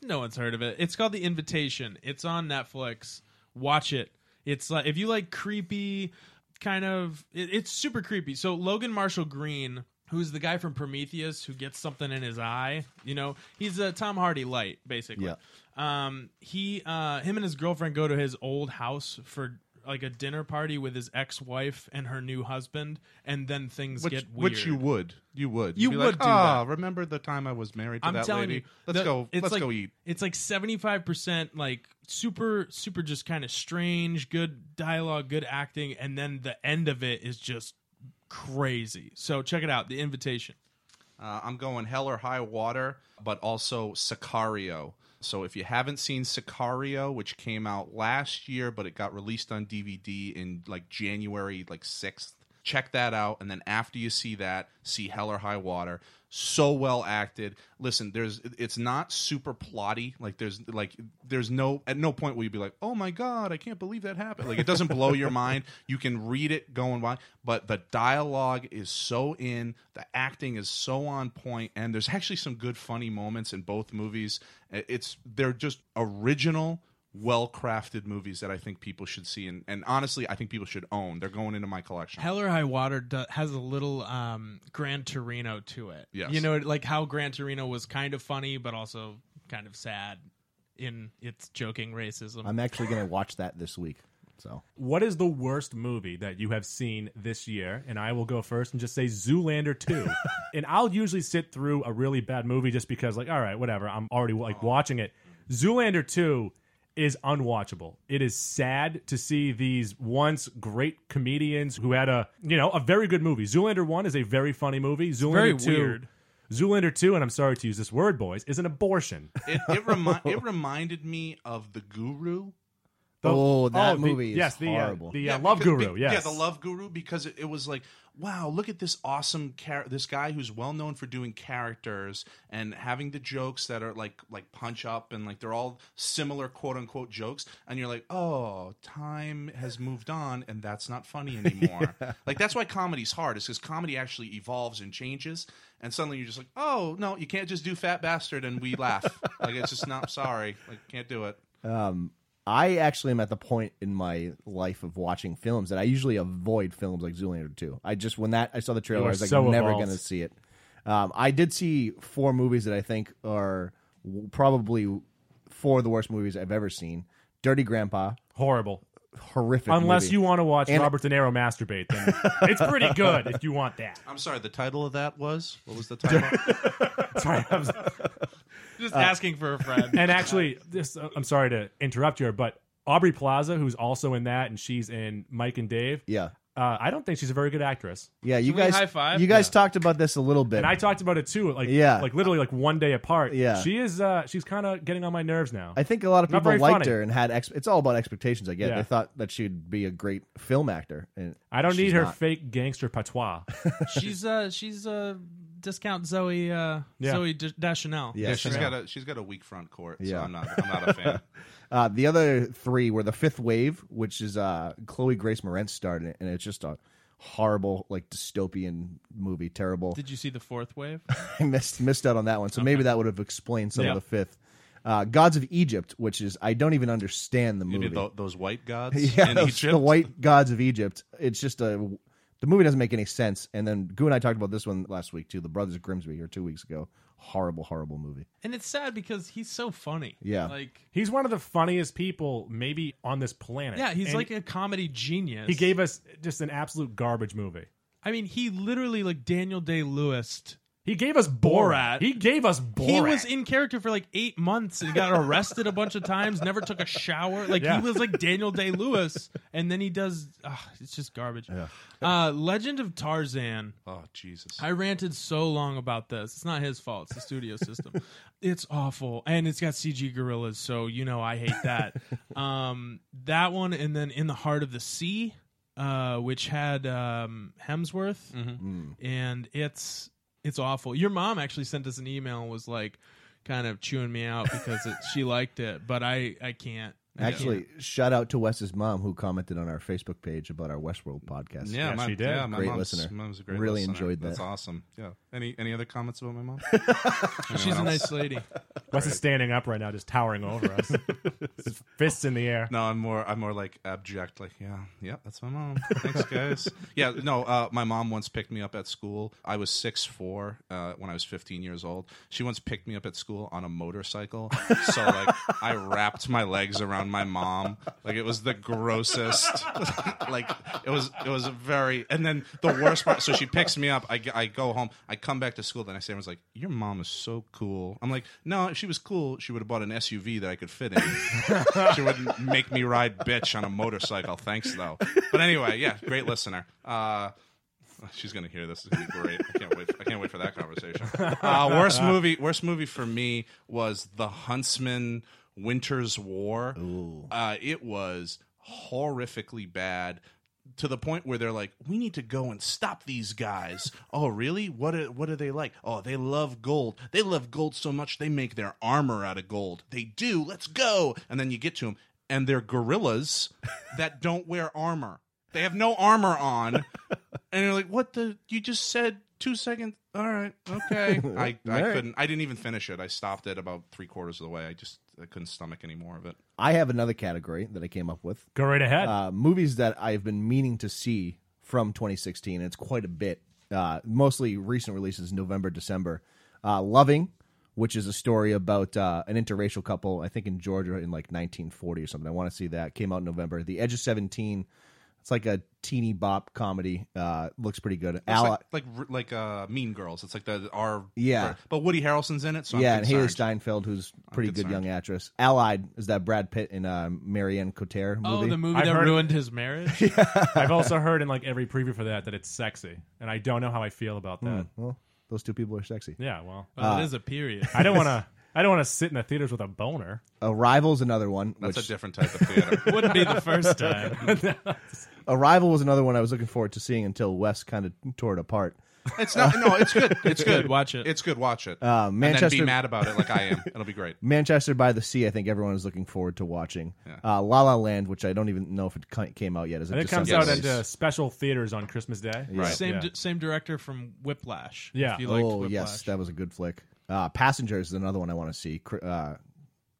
S6: No one's heard of it. It's called The Invitation. It's on Netflix. Watch it. It's like if you like creepy, kind of. It, it's super creepy. So Logan Marshall Green, who's the guy from Prometheus, who gets something in his eye. You know, he's a Tom Hardy light, basically.
S5: Yeah.
S6: Um, he, uh, him and his girlfriend go to his old house for like a dinner party with his ex-wife and her new husband, and then things
S4: Which,
S6: get weird.
S4: which you would, you would,
S6: You
S4: You'd be
S6: would
S4: like,
S6: do
S4: "Ah, Remember the time I was married to
S6: I'm
S4: that
S6: telling
S4: lady?
S6: you,
S4: let's
S6: the-
S4: go.
S6: It's
S4: Let's
S6: like,
S4: go eat.
S6: It's like seventy five percent like super, super, just kind of strange. Good dialogue, good acting, and then the end of it is just crazy. So check it out. The invitation.
S4: Uh, I'm going Hell or High Water, but also Sicario. So if you haven't seen Sicario, which came out last year, but it got released on DVD in like January like 6th, check that out. And then after you see that, see Hell or High Water. So well acted. Listen, there's it's not super plotty. Like there's like there's no at no point will you be like, oh my god, I can't believe that happened. Like it doesn't blow your mind. You can read it going by, but the dialogue is so in, the acting is so on point, and there's actually some good funny moments in both movies. Uh, It's they're just original, well crafted movies that I think people should see, and, and honestly, I think people should own. They're going into my collection.
S6: Hell or High Water do- has a little um, Gran Torino to it.
S4: Yes.
S6: You know, like how Gran Torino was kind of funny, but also kind of sad in its joking racism.
S5: I'm actually gonna watch that this week. So
S3: What is the worst movie that you have seen this year? And I will go first and just say Zoolander 2.
S5: <laughs>
S3: and I'll usually sit through a really bad movie just because, like, all right, whatever. I'm already
S5: Uh-huh.
S3: like watching it. Zoolander 2 is unwatchable. It is sad to see these once great comedians who had a, you know, a very good movie. Zoolander 1 is a very funny movie. Zoolander
S6: very
S3: 2
S6: weird.
S3: Zoolander 2, and I'm sorry to use this word, boys, is an abortion.
S4: It it, remi- it reminded me of the Guru.
S3: The-
S5: <laughs> oh, that
S3: the-
S5: movie is
S3: yes, the, uh,
S5: horrible.
S3: the uh, Love
S4: because-
S3: Guru,
S4: be-
S3: yes.
S4: yeah, the Love Guru, because it, it was like, wow, look at this awesome char- this guy who's well known for doing characters and having the jokes that are like like punch up and like they're all similar quote unquote jokes, and you're like, oh, time has moved on and that's not funny
S3: <laughs>
S4: anymore. Like that's why comedy's hard, is because comedy actually evolves and changes, and suddenly you're just like, oh no, you can't just do Fat Bastard and we laugh. like it's just not sorry, like can't do it.
S5: Um, I actually am at the point in my life of watching films that I usually avoid films like Zoolander 2. I just when that I saw the trailer,
S3: You are
S5: I was like,
S3: so
S5: I'm never
S3: evolved.
S5: going to see it. Um, I did see four movies that I think are w- probably four of the worst movies I've ever seen. Dirty Grandpa,
S3: Horrible.
S5: horrific.
S3: Unless
S5: movie.
S3: you want to watch
S5: And-
S3: Robert De Niro masturbate, then it's pretty good if you want
S5: <laughs>
S3: that.
S4: I'm sorry. The title of that was
S3: <laughs>
S4: what was the title?
S3: sorry, I was
S6: Just asking for a <laughs> friend.
S3: And actually, this uh, I'm sorry to interrupt here, but Aubrey Plaza, who's also in that, and she's in Mike and Dave.
S5: Yeah.
S3: uh, I don't think she's a very good actress.
S5: yeah, you
S3: Can we
S5: guys,
S3: high five?
S5: you guys talked about this a little bit.
S3: And I talked about it too, like
S5: Yeah.
S3: like literally like one day apart.
S5: Yeah.
S3: she is. Uh, she's kind of getting on my nerves now.
S5: I think a lot of
S3: Not
S5: people
S3: very
S5: liked
S3: funny.
S5: her and had ex- it's all about expectations. I get
S3: Yeah.
S5: they thought that she'd be a great film actor. And
S3: I don't need
S5: she's
S3: her
S5: not.
S3: fake gangster
S5: <laughs>
S3: patois.
S6: she's uh she's uh discount Zoe uh
S4: Yeah.
S6: Zoe D- Deschanel.
S4: yeah, she's got a she's got a weak front court. So
S5: Yeah.
S4: I'm not I'm not a
S5: <laughs>
S4: fan.
S5: uh, the other three were the Fifth Wave, which is uh, Chloe Grace Moretz starred in, it, and it's just a horrible, like dystopian movie. Terrible.
S6: Did you see the fourth wave?
S5: <laughs> I missed missed out on that one. So maybe that would have explained some
S6: Yeah.
S5: of the fifth. Uh, Gods of Egypt, which is I don't even understand the
S4: You
S5: movie.
S4: mean tho- those white gods
S5: <laughs> yeah,
S4: in
S5: those-
S4: Egypt?
S5: the white gods of Egypt. It's just a the movie doesn't make any sense. And then Goo and I talked about this one last week too. The Brothers Grimsby, or two weeks ago. Horrible, horrible movie.
S6: <laughs> And it's sad because he's so funny.
S5: Yeah.
S6: Like
S3: he's one of the funniest people maybe on this planet.
S6: yeah, he's
S3: And
S6: like a comedy genius.
S3: he gave us just an absolute garbage movie.
S6: I mean, he literally like Daniel Day Lewis.
S3: He gave us Borat.
S6: Borat.
S3: He gave us Borat.
S6: He was in character for like eight months and got arrested a bunch of times. Never took a shower. Like
S3: Yeah.
S6: he was like Daniel Day Lewis, and then he does. ugh, it's just garbage. Uh, Legend of Tarzan.
S4: Oh Jesus!
S6: I ranted so long about this. It's not his fault. It's the studio system. <laughs> It's awful, and it's got CG gorillas. So you know I hate
S4: <laughs>
S6: that. um, that one, and then In the Heart of the Sea, uh, which had um, Hemsworth
S4: Mm-hmm.
S5: Mm.
S6: and it's it's awful. Your mom actually sent us an email and was like kind of chewing me out because it, she liked it, but I I can't. I
S5: Actually,
S6: can't.
S5: shout out to Wes's mom who commented on our Facebook page about our Westworld podcast.
S4: Yeah, my, Yeah, my
S5: great
S4: mom's,
S5: listener.
S4: Mom's a great
S5: really
S4: listener.
S5: enjoyed that.
S4: That's awesome. Yeah. Any any other comments about my
S5: <laughs>
S4: mom?
S6: she's a
S4: Anyone else?
S6: nice <laughs> lady.
S3: Wes is standing up right now, just towering over <laughs> us, His fists in the air.
S4: No, I'm more I'm more like abject. Like, yeah, yeah, that's my mom. Thanks,
S5: <laughs>
S4: guys. yeah, no, uh, my mom once picked me up at school. I was six four uh, when I was 15 years old. She once picked me up at school on a motorcycle. So like, I wrapped my legs around my mom. Like it was the grossest. <laughs> like it was it was a very and then the worst part. So she picks me up. I, g- I go home. I come back to school. Then I say, everyone's like, your mom is so cool. I'm like, no, if she was cool, she would have bought an SUV that I could fit in. she wouldn't make me ride bitch on a motorcycle. Thanks though. But anyway, yeah, great listener. Uh, <laughs> she's gonna hear this. It's gonna be great. I can't wait. I can't wait for that conversation. Uh, worst movie. Worst movie for me was The Huntsman: Winter's War. Uh, it was horrifically bad. To the point where they're like, we need to go and stop these guys. Oh, really? What are, what are they like? Oh, they love gold. They love gold so much they make their armor out of gold. They do. Let's go. And then you get to them, and they're gorillas that don't wear armor. They have no armor on. And you're like, what the? You just said two seconds. All right,
S5: <laughs>
S4: okay. I, I
S5: Alright.
S4: couldn't. I didn't even finish it. I stopped it about three quarters of the way. I just I couldn't stomach any more of it.
S5: I have another category that I came up with.
S3: Go right ahead.
S5: Uh, movies that I've been meaning to see from 2016, and it's quite a bit. Uh, mostly recent releases, November, December. Uh, Loving, which is a story about uh, an interracial couple, I think in Georgia in like 1940 or something. I want to see that. Came out in November. The Edge of 17. It's like a teeny bop comedy. Uh, looks pretty good.
S4: It's
S5: Ally-
S4: like like like uh, Mean Girls. It's like the the- our
S5: Yeah.
S4: But Woody Harrelson's in it, so
S5: yeah,
S4: I'm
S5: and Haley
S4: concerned.
S5: Steinfeld, who's pretty good
S4: concerned.
S5: young actress. Allied is that Brad Pitt and uh, Marianne Cotillard
S6: Oh,
S5: movie.
S6: the movie
S3: I've
S6: that
S3: heard-
S6: ruined his marriage. Oh,
S3: I've also heard in like every preview for that that it's sexy, and I don't know how I feel about that.
S5: Hmm, well, those two people are sexy.
S3: Yeah, well,
S6: Well, it is a period.
S3: I don't want
S6: <laughs>
S3: to. I don't want to sit in the theaters with a boner.
S5: Arrival's another one.
S4: That's
S5: which,
S4: a different type of
S5: <laughs>
S4: theater.
S6: Wouldn't be the
S3: <laughs>
S6: first time.
S5: Arrival was another one I was looking forward to seeing until Wes kind of tore it apart.
S4: It's not. No, it's good. It's good.
S6: Watch it.
S4: It's good. Watch it.
S5: Uh,
S4: And then
S5: Manchester-
S4: be mad about it like I am. It'll be great.
S5: Manchester by the Sea, I think everyone is looking forward to watching. Uh, La La Land, which I don't even know if it ca- came out yet. Is
S3: And it comes
S5: December
S3: out
S5: release?
S3: into special theaters on Christmas Day.
S4: Right.
S6: Same
S3: Yeah.
S6: di- same director from Whiplash.
S3: Yeah.
S6: If you liked
S5: oh
S6: Whiplash.
S5: yes, that was a good flick. Uh, Passengers is another one I want to see. Cr- Uh,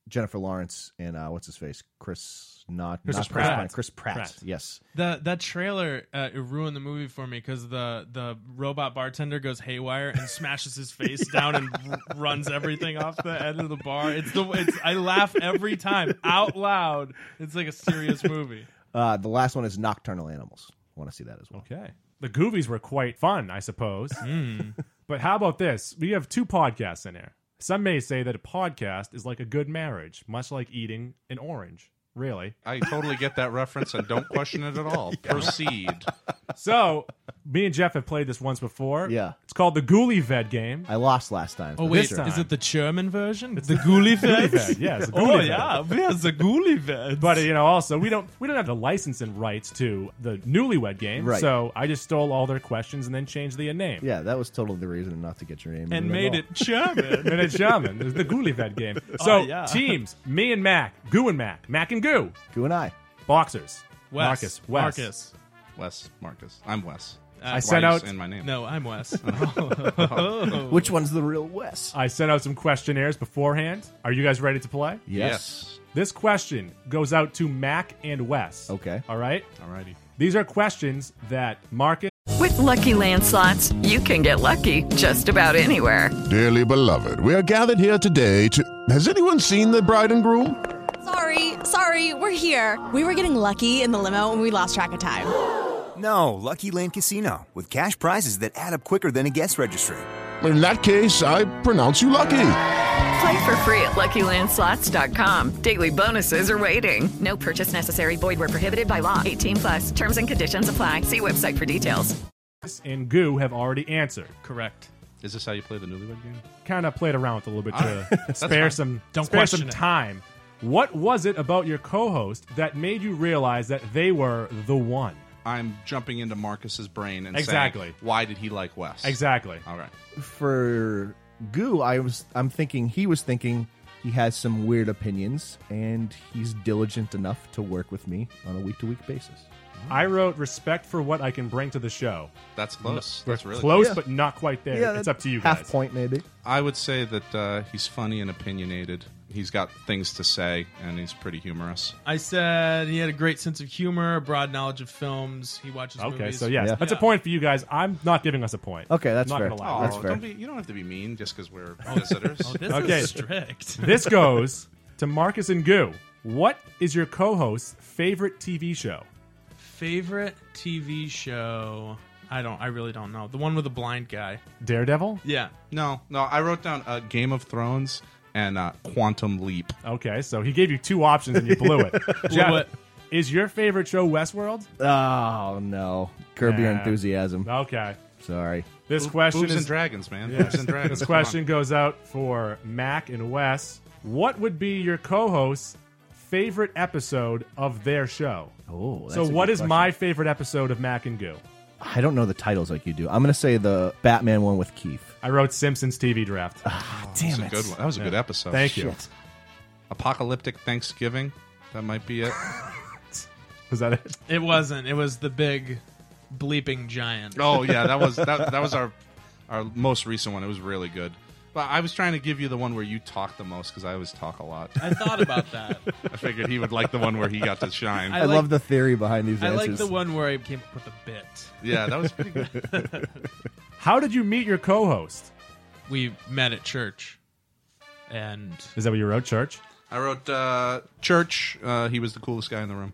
S5: Jennifer Lawrence and uh, what's his face, Chris not
S3: Chris
S5: not
S3: Pratt.
S5: Pine, Chris Pratt.
S3: Pratt.
S5: Yes,
S6: The that trailer uh, it ruined the movie for me because the the robot bartender goes haywire and smashes his face <laughs> down and r- runs everything off the end of the bar. It's the it's I laugh every time out loud. It's like a serious movie.
S5: Uh, the last one is Nocturnal Animals. I want to see that as well.
S3: Okay. The Goovies were quite fun, I suppose. but how about this? We have two podcasts in here. Some may say that a podcast is like a good marriage, much like eating an orange. Really?
S4: I totally get that reference and don't question it at
S5: <laughs>
S4: all. Proceed.
S3: So, me and Jeff have played this once before.
S5: Yeah.
S3: It's called the Ghoulie Ved game.
S5: I lost last time.
S6: Oh wait,
S3: This time.
S6: is it the German version? It's the Ghoulie
S3: Ghoulie
S6: Fest?
S3: Fed, yeah, it's a
S6: oh
S3: Ghoulie Fed.
S6: yeah, where's the Ghoulie Fest? <laughs>
S3: But you know, also we don't we don't have the license and rights to the newlywed game.
S5: Right.
S3: So I just stole all their questions and then changed the name.
S5: Yeah, that was totally the reason not to get your name. in
S6: and
S5: at
S6: <laughs> made
S5: all.
S6: it German.
S3: and it's Shaman. It's the Ghoulie Fed
S5: <laughs>
S3: game. So
S6: Oh, yeah.
S3: teams, me and Mac, Goo and Mac, Mac and Goo,
S5: Goo and I.
S3: boxers,
S6: Wes.
S3: Marcus, Wes.
S6: Marcus.
S4: Wes Marcus. I'm Wes.
S6: I
S4: Why
S3: sent
S4: are you
S3: out-
S4: saying my name.
S6: Uh, No, I'm <laughs> Wes. Oh.
S5: Which one's the real Wes?
S6: Uh,
S3: I sent out some questionnaires beforehand. Are you guys ready to play?
S4: Yes.
S3: This question goes out to Mac and Wes.
S5: Okay.
S3: All right.
S4: Alrighty.
S3: These are questions that Marcus
S11: With Lucky Land slots, you can get lucky just about anywhere.
S12: Dearly beloved, we are gathered here today to. Has anyone seen the bride and groom?
S13: Sorry, sorry, we're here. We were getting lucky in the limo and we lost track of time.
S14: No, Lucky Land Casino, with cash prizes that add up quicker than a guest registry.
S12: In that case, I pronounce you lucky.
S11: Play for free at LuckyLandSlots.com. Daily bonuses are waiting. No purchase necessary. Void where prohibited by law. 18 plus terms and conditions apply. See website for details.
S3: and Goo have already answered.
S6: Correct.
S4: Is this how you play the newlywed game?
S3: Kind of played around with it a little bit
S4: Alright.
S3: to
S4: <laughs> That's
S3: spare
S4: fine.
S3: some
S4: Don't
S3: spare some
S4: question it.
S3: time. What was it about your co-host that made you realize that they were the one?
S4: I'm jumping into Marcus's brain and
S3: Exactly.
S4: saying, why did he like Wes?
S3: Exactly.
S4: All right.
S5: for Goo, I was I'm thinking he was thinking he has some weird opinions and he's diligent enough to work with me on a week to week basis.
S3: I wrote respect for what I can bring to the show.
S4: That's close. That's really
S3: close,
S4: close.
S3: but not quite there.
S5: Yeah,
S3: it's up to you guys.
S5: half point maybe.
S4: I would say that uh, he's funny and opinionated. He's got things to say, and he's pretty humorous.
S6: I said he had a great sense of humor, a broad knowledge of films. He watches
S3: Okay,
S6: movies.
S3: so yes,
S6: Yeah.
S3: that's a point for you guys. I'm not giving us a point. I'm not Gonna lie.
S4: Oh, Don't be, you don't have to be mean just because we're visitors.
S6: <laughs> oh, this
S3: okay,
S6: is strict.
S3: this goes to Marcus and Goo. What is your co-host's favorite TV show?
S6: Favorite TV show? I don't. I really don't know. The one with the blind guy.
S3: Daredevil.
S6: Yeah.
S4: No, no. I wrote down uh, Game of Thrones and uh, Quantum Leap.
S3: Okay, so he gave you two options and you blew
S5: <laughs>
S3: it. Jeff,
S4: it.
S3: Is your favorite show Westworld?
S5: Oh no. Curb your
S3: Nah.
S5: enthusiasm.
S3: Okay.
S5: Sorry.
S3: This
S4: Bo-
S3: question
S4: boobs
S3: is
S4: and dragons, man.
S3: Yes.
S4: Boobs and dragons,
S3: This
S4: come on.
S3: question goes out for Mac and Wes. What would be your co-host's favorite episode of their show?
S5: Oh, that's
S3: so
S5: a good
S3: what is
S5: question.
S3: my favorite episode of Mac and Goo?
S5: I don't know the titles like you do. I'm gonna say the Batman one with Keith.
S3: I wrote Simpsons TV draft.
S5: Oh,
S4: Damn it. good one. That was a good episode.
S3: Thank you.
S4: Shit. Apocalyptic Thanksgiving. That might be it.
S3: Was that it?
S6: It wasn't. It was the big bleeping giant.
S4: Oh yeah, that was that, that was our our most recent one. It was really good. But I was trying to give you the one where you talk the most because I always talk a lot.
S6: I thought about that.
S4: I figured he would like the one where he got to shine.
S5: I, love the theory behind these
S6: I
S5: answers.
S6: like the one where I came up with a bit.
S4: Yeah, that was pretty good.
S3: How did you meet your co-host?
S6: we met at church, and
S3: Is that what you wrote, Church?
S4: I wrote uh, Church. Uh, he was the coolest guy in the room.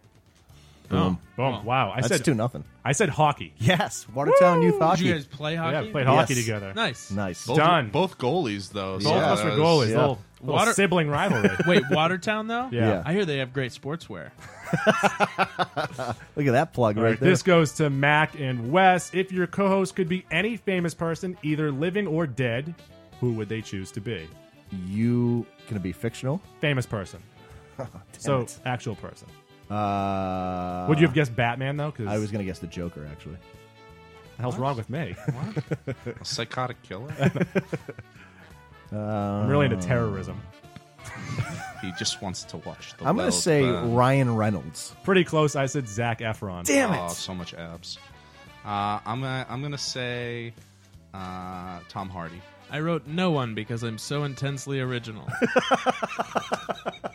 S3: Boom. Boom. wow. I
S5: That's
S3: said
S5: two nothing.
S3: I said hockey.
S5: Yes, Watertown Youth
S6: Did
S5: Hockey.
S6: you guys play hockey?
S3: Yeah, played hockey
S5: Yes.
S3: together.
S6: Nice.
S5: Nice.
S4: Both,
S3: Done.
S4: Both goalies though.
S3: Both of us were
S4: that
S3: goalies.
S4: was-
S3: Little, little
S6: Water-
S3: sibling <laughs> rivalry.
S6: Wait, Watertown though?
S3: Yeah. <laughs> Yeah.
S6: I hear they have great sportswear.
S5: Look at that plug
S3: All
S5: right,
S3: right,
S5: there.
S3: this goes to Mac and Wes. If your co-host could be any famous person, either living or dead, who would they choose to be?
S5: you gonna be fictional?
S3: Famous
S5: <laughs>
S3: person. so actual person.
S5: Uh,
S3: would you have guessed Batman though? Because
S5: I was gonna guess the Joker actually.
S3: the hell's wrong with me?
S4: A psychotic
S3: <laughs>
S4: killer.
S3: I'm really
S5: Uh.
S3: into terrorism.
S4: he just wants to watch. The
S5: I'm gonna
S4: world
S5: say
S4: burn.
S5: Ryan Reynolds.
S3: Pretty close. I said Zach Efron.
S4: Oh, so much abs. Uh, I'm gonna I'm gonna say uh, Tom Hardy.
S6: I wrote no one because I'm so intensely original.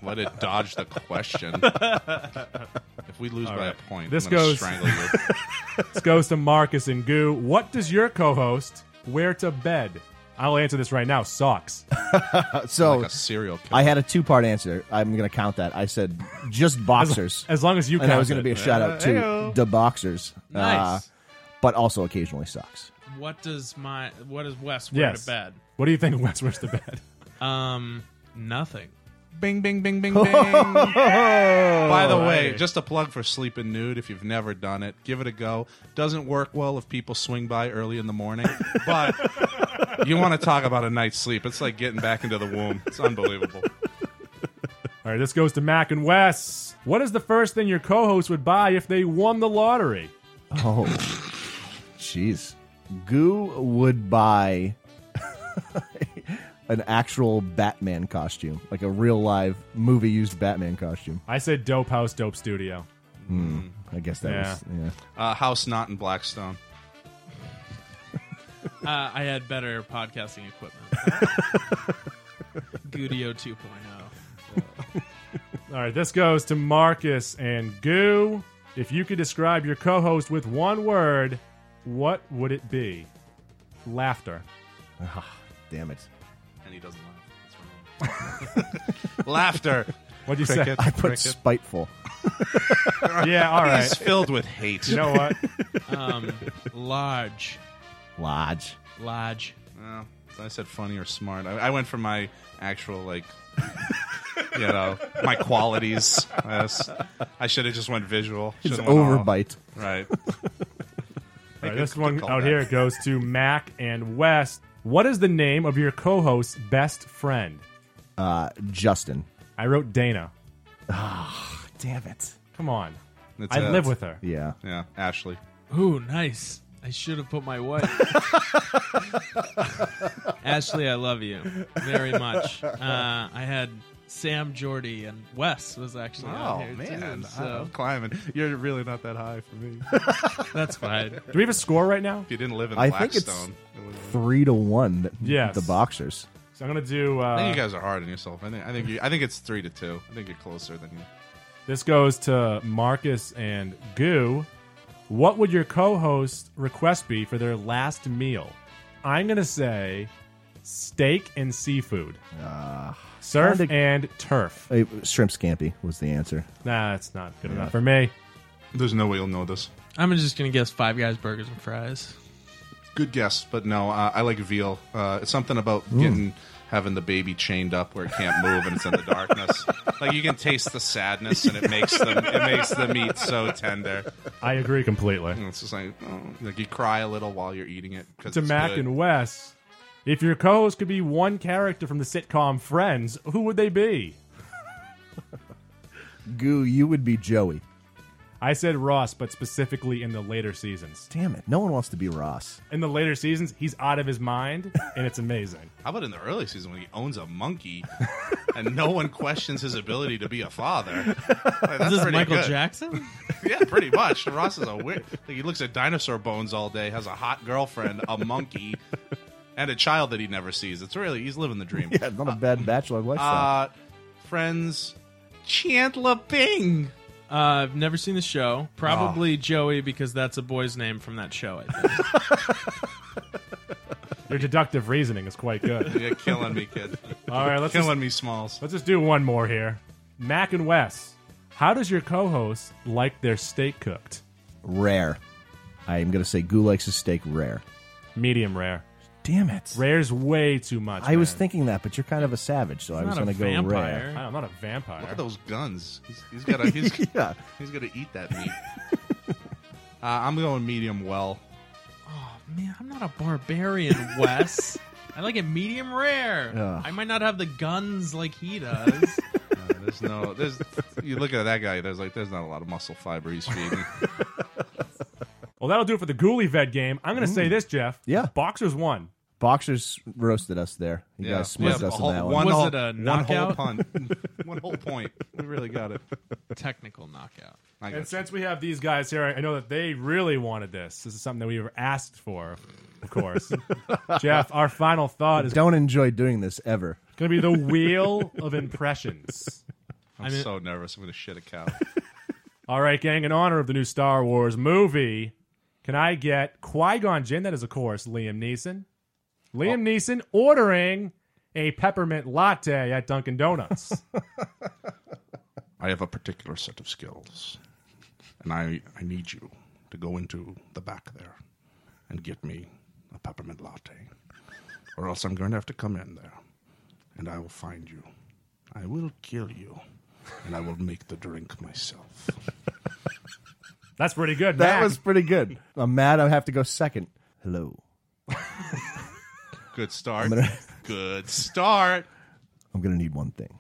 S4: Let it dodge the <laughs> question. if we lose
S3: All
S4: by
S3: right.
S4: a point,
S3: This
S4: I'm gonna
S3: goes-
S4: strangle <laughs> you.
S3: this goes to Marcus and Goo. What does your co-host wear to bed? I'll answer this right now. Socks.
S5: so
S3: Like a serial killer.
S5: I had a two part answer. I'm going to count that. I said just boxers.
S3: <laughs> as long as you
S5: and that
S3: count
S5: was going
S3: it. Uh,
S5: to be a shout out to
S6: Heyo.
S5: the boxers. uh, Ah.
S6: Nice.
S5: but also occasionally socks.
S6: What does my what does Wes wear to bed?
S3: What do you think of Wes wears to bed?
S6: Um, nothing.
S4: Bing, bing, bing, bing,
S6: bing.
S4: By the way,
S6: Right.
S4: just a plug for Sleeping Nude if you've never done it. Give it a go. Doesn't work well if people swing by early in the <laughs> morning, but you want to talk about a night's sleep. It's like getting back into the womb. It's unbelievable.
S3: All right, this goes to Mac and Wes. What is the first thing your co-host would buy if they won the lottery?
S5: Oh, jeez. Goo would buy <laughs> an actual Batman costume, like a real live movie used Batman costume.
S3: I said Dope House, Dope Studio.
S5: Hmm. I guess that
S3: Yeah.
S5: was yeah.
S4: Uh, House Knot in Blackstone.
S6: Uh, I had better
S4: <laughs>
S6: podcasting equipment. Gudio oh. 2.0.
S3: All right, this goes to Marcus and Goo. If you could describe your co-host with one word, what would it be? Laughter.
S5: damn it.
S4: And he doesn't laugh. That's wrong. <laughs> Laughter.
S3: What'd you say?
S4: Cricket,
S5: I put
S4: cricket.
S5: spiteful.
S3: yeah, all right.
S4: He's filled with hate.
S3: You know
S4: <laughs>
S3: what?
S6: Um, large,
S5: Lodge.
S6: large.
S4: Well, I said funny or smart. I, I went for my actual like, <laughs> you know, my qualities. I, s- I should have just went visual.
S5: His
S4: Should've went all-
S5: overbite.
S4: <laughs> Right.
S3: All right,
S4: Good-
S3: this
S4: good
S3: one
S4: call
S3: out
S4: back.
S3: here goes to Mac and West. What is the name of your co-host's best friend?
S5: Uh, Justin.
S3: I wrote Dana.
S5: Ah, damn it.
S3: Come on.
S4: It's,
S3: I
S4: uh,
S3: live with her.
S5: Yeah.
S4: Yeah. Ashley.
S6: Ooh, nice. I should have put
S4: <laughs>
S6: my wife. Ashley, I love you very much. Uh, I had Sam Jordy and Wes was actually on
S4: Oh
S6: here
S4: man,
S6: too, so
S4: I'm climbing. You're really not that high for me.
S6: that's fine.
S3: Do we have a score right now?
S4: If you didn't <laughs> live in
S5: I think it's
S4: Blackstone, it was-
S5: three to one. That
S3: Yes.
S5: The boxers.
S3: So I'm gonna do. Uh,
S4: I think you guys are hard on yourself. I think I think you, I think it's three to two. I think you're closer than you.
S3: This goes to Marcus and Goo. What would your co-host request be for their last meal? I'm gonna say steak and seafood, surf
S5: kinda-
S3: and turf.
S5: Uh, shrimp scampi was the answer.
S3: Nah, that's not good
S5: Yeah.
S3: enough for me.
S4: There's no way you'll know this.
S6: I'm just gonna guess Five Guys burgers and fries.
S4: Good guess, but no. Uh, I like veal. Uh, it's something about
S6: Mm.
S4: getting having the baby chained up where it can't move and it's in the
S6: <laughs>
S4: darkness. like you can taste the sadness, and it makes the it makes the meat so tender.
S3: I agree completely.
S4: And it's just like oh, like you cry a little while you're eating it because
S3: to Mac and Wes. If your co-host could be one character from the sitcom Friends, who would they be?
S5: Goo, you would be Joey.
S3: I said Ross, but specifically in the later seasons.
S5: Damn it. No one wants to be Ross.
S3: In the later seasons, he's out of his mind, and it's amazing.
S4: How about in the early season when he owns a monkey and no one questions his ability to be a father? Like, that's
S6: Is this
S4: pretty
S6: Michael
S4: good.
S6: Jackson?
S4: yeah, pretty much. <laughs> Ross is a weird. Like he looks at dinosaur bones all day, has a hot girlfriend, a monkey, and a child that he never sees. It's really he's living the dream.
S5: <laughs> Yeah, not a bad bachelor lifestyle.
S4: Uh, friends, Chandler Bing.
S6: Uh, I've never seen the show. Probably Joey because that's a boy's name from that show. I think.
S3: Your deductive reasoning is quite
S4: <laughs>
S3: good.
S4: You're killing me, kid.
S5: <laughs>
S3: All right, let's
S4: killing
S3: just-
S4: me, Smalls.
S3: Let's just do one more here. Mac and Wes, how does your co-host like their steak cooked?
S5: rare. I am going to say Goo likes his steak rare.
S3: Medium rare.
S5: Damn it.
S3: Rare's way too much.
S5: I was
S3: man.
S5: thinking that, but you're kind of a savage, so I was
S6: not a
S5: going to go
S6: vampire.
S5: rare.
S3: I'm not a vampire.
S4: Look at those guns. He's, he's got a, he's,
S5: <laughs> Yeah.
S4: he's gonna eat that meat. <laughs> Uh, I'm going medium well.
S6: Oh man, I'm not a barbarian, <laughs> Wes. I like it medium rare.
S4: Ugh.
S6: I might not have the guns like he <laughs> does.
S4: Uh, there's no there's you look at that guy, there's like there's not a lot of muscle fiber he's
S5: <laughs>
S4: feeding.
S3: Well, that'll do it for the Ghoulie Ved game. I'm going to say
S5: Ooh.
S3: this, Jeff.
S5: Yeah.
S3: Boxers won.
S5: Boxers roasted us there. You
S4: Yeah.
S5: guys smoked
S4: Yeah,
S5: us
S4: a whole-
S5: in that
S4: one
S5: one.
S6: was
S4: whole-
S6: it a
S4: one whole
S6: knockout?
S4: punt. <laughs> one <laughs> whole point. We really got it.
S6: Technical knockout.
S4: I
S3: And
S4: got
S3: since we have these guys here, I know that they really wanted this. This is something that we were asked for, of
S5: <laughs>
S3: course. Jeff, our final thought is going
S5: Don't enjoy doing this ever.
S3: to be the wheel of impressions.
S4: I'm so nervous. I'm gonna shit a cow.
S3: All right, gang, in honor of the new Star Wars movie, can I get Qui Gon Jinn? That is, of course, Liam Neeson.
S5: Oh.
S3: Liam Neeson ordering a peppermint latte at Dunkin'
S5: <laughs>
S3: Donuts.
S4: <laughs> I have a particular set of skills, and I, I need you to go into the back there and get me a peppermint latte, or else I'm going to have to come in there, and I will find you. I will kill you, and I will make the drink myself.
S3: That's pretty good.
S5: That
S3: Mac.
S5: was pretty good. I'm mad. I have to go second. Hello.
S4: Good start.
S5: gonna-
S4: Good start.
S5: I'm gonna need
S3: <laughs>
S5: one thing.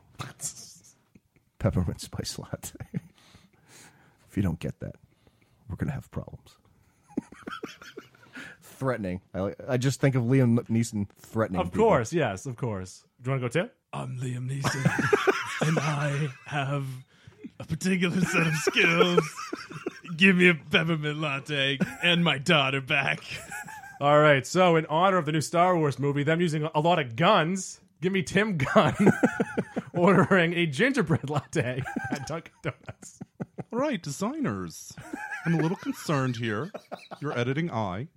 S5: Peppermint spice latte. <laughs> if you don't get that, we're gonna have problems. <laughs> threatening. I, like- I just think of Liam Neeson threatening.
S3: Of
S5: people.
S3: course, yes, of course. Do you want to go too?
S6: I'm Liam Neeson, <laughs> and I have a particular set of skills. Give me a peppermint latte and my daughter back.
S3: All right. So, in honor of the new Star Wars movie, them using a lot of guns, give me Tim
S5: <laughs>
S3: Gunn ordering a gingerbread latte at Dunkin'
S5: Uh,
S3: Donuts.
S4: All right, designers. I'm a little concerned here. Your editing eye.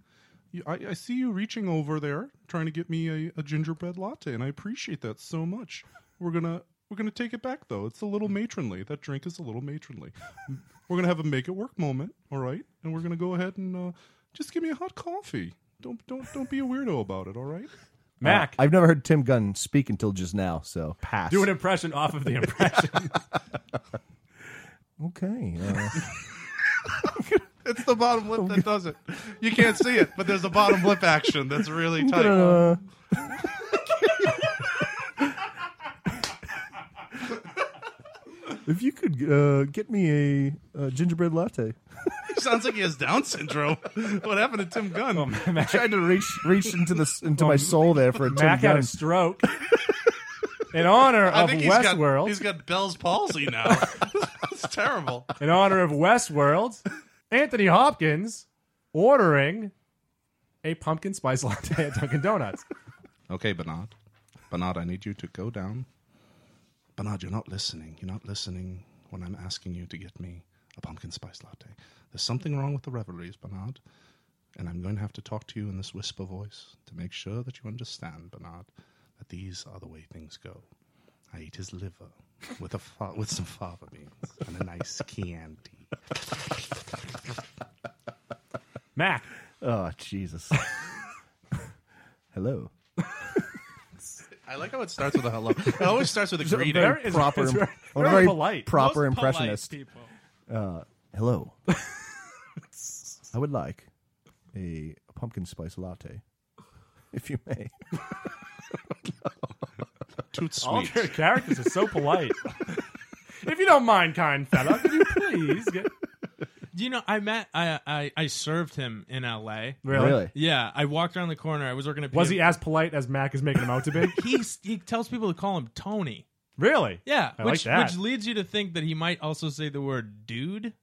S4: You, I, I see you reaching over there, trying to get me a, a gingerbread latte, and I appreciate that so much. We're gonna we're gonna take it back though. It's a little matronly. That drink is a little matronly. We're gonna have a make it work moment, all right? And we're gonna go ahead and uh, just give me a hot coffee. Don't don't don't be a weirdo about it, all right?
S3: Mac.
S5: Uh, I've never heard Tim Gunn speak until just now, so pass.
S3: Do an impression off
S5: <laughs>
S3: of the impression.
S5: okay. uh, <laughs>
S4: It's the bottom lip that does it. You can't see it, but there's a bottom lip action that's really
S5: I'm
S4: tight.
S5: gonna- if you could uh, get me a, a gingerbread latte.
S4: <laughs> Sounds like he has Down
S6: <laughs>
S4: syndrome. What happened to Tim Gunn?
S5: I tried to reach reach into the into my soul there for Oh, a Tim
S3: Mac had
S5: Gunn.
S3: a stroke. In honor
S4: I
S3: of
S4: think he's got-
S3: Westworld,
S4: he's got Bell's palsy now. <laughs> It's terrible.
S3: in honor of Westworld, Anthony Hopkins ordering a pumpkin spice latte at Dunkin' Donuts.
S4: Okay, Bernard. Bernard, I need you to go down. Bernard, you're not listening. You're not listening when I'm asking you to get me a pumpkin spice latte. There's something wrong with the revelries, Bernard. And I'm going to have to talk to you in this whisper voice to make sure that you understand, Bernard, that these are the way things go. I ate his liver with a fa- with some fava beans and a <laughs> nice Chianti.
S3: Mac.
S5: Oh Jesus. <laughs> Hello.
S4: I like how it starts with a <laughs> hello. It always starts with a
S5: It's a
S4: greeting.
S5: very It's- proper- it's very-
S4: <laughs>
S5: I'm a very very polite. proper Most polite impressionist. people. Uh, <laughs> hello. I would like a pumpkin spice latte, if you may.
S4: Toot
S3: All of your characters are so polite.
S4: <laughs>
S3: if you don't mind, kind fella, could you please get
S6: Do you know I met I I, I served him in L.A.
S3: Really? Really?
S6: Yeah, I walked around the corner. I was working at.
S3: Was
S6: PM
S3: he as polite as Mac is making him out to
S4: <laughs>
S3: be?
S6: He's, he tells people to call him Tony.
S3: Really?
S6: Yeah,
S3: I
S6: which
S3: like that.
S6: which leads you to think that he might also say the word dude,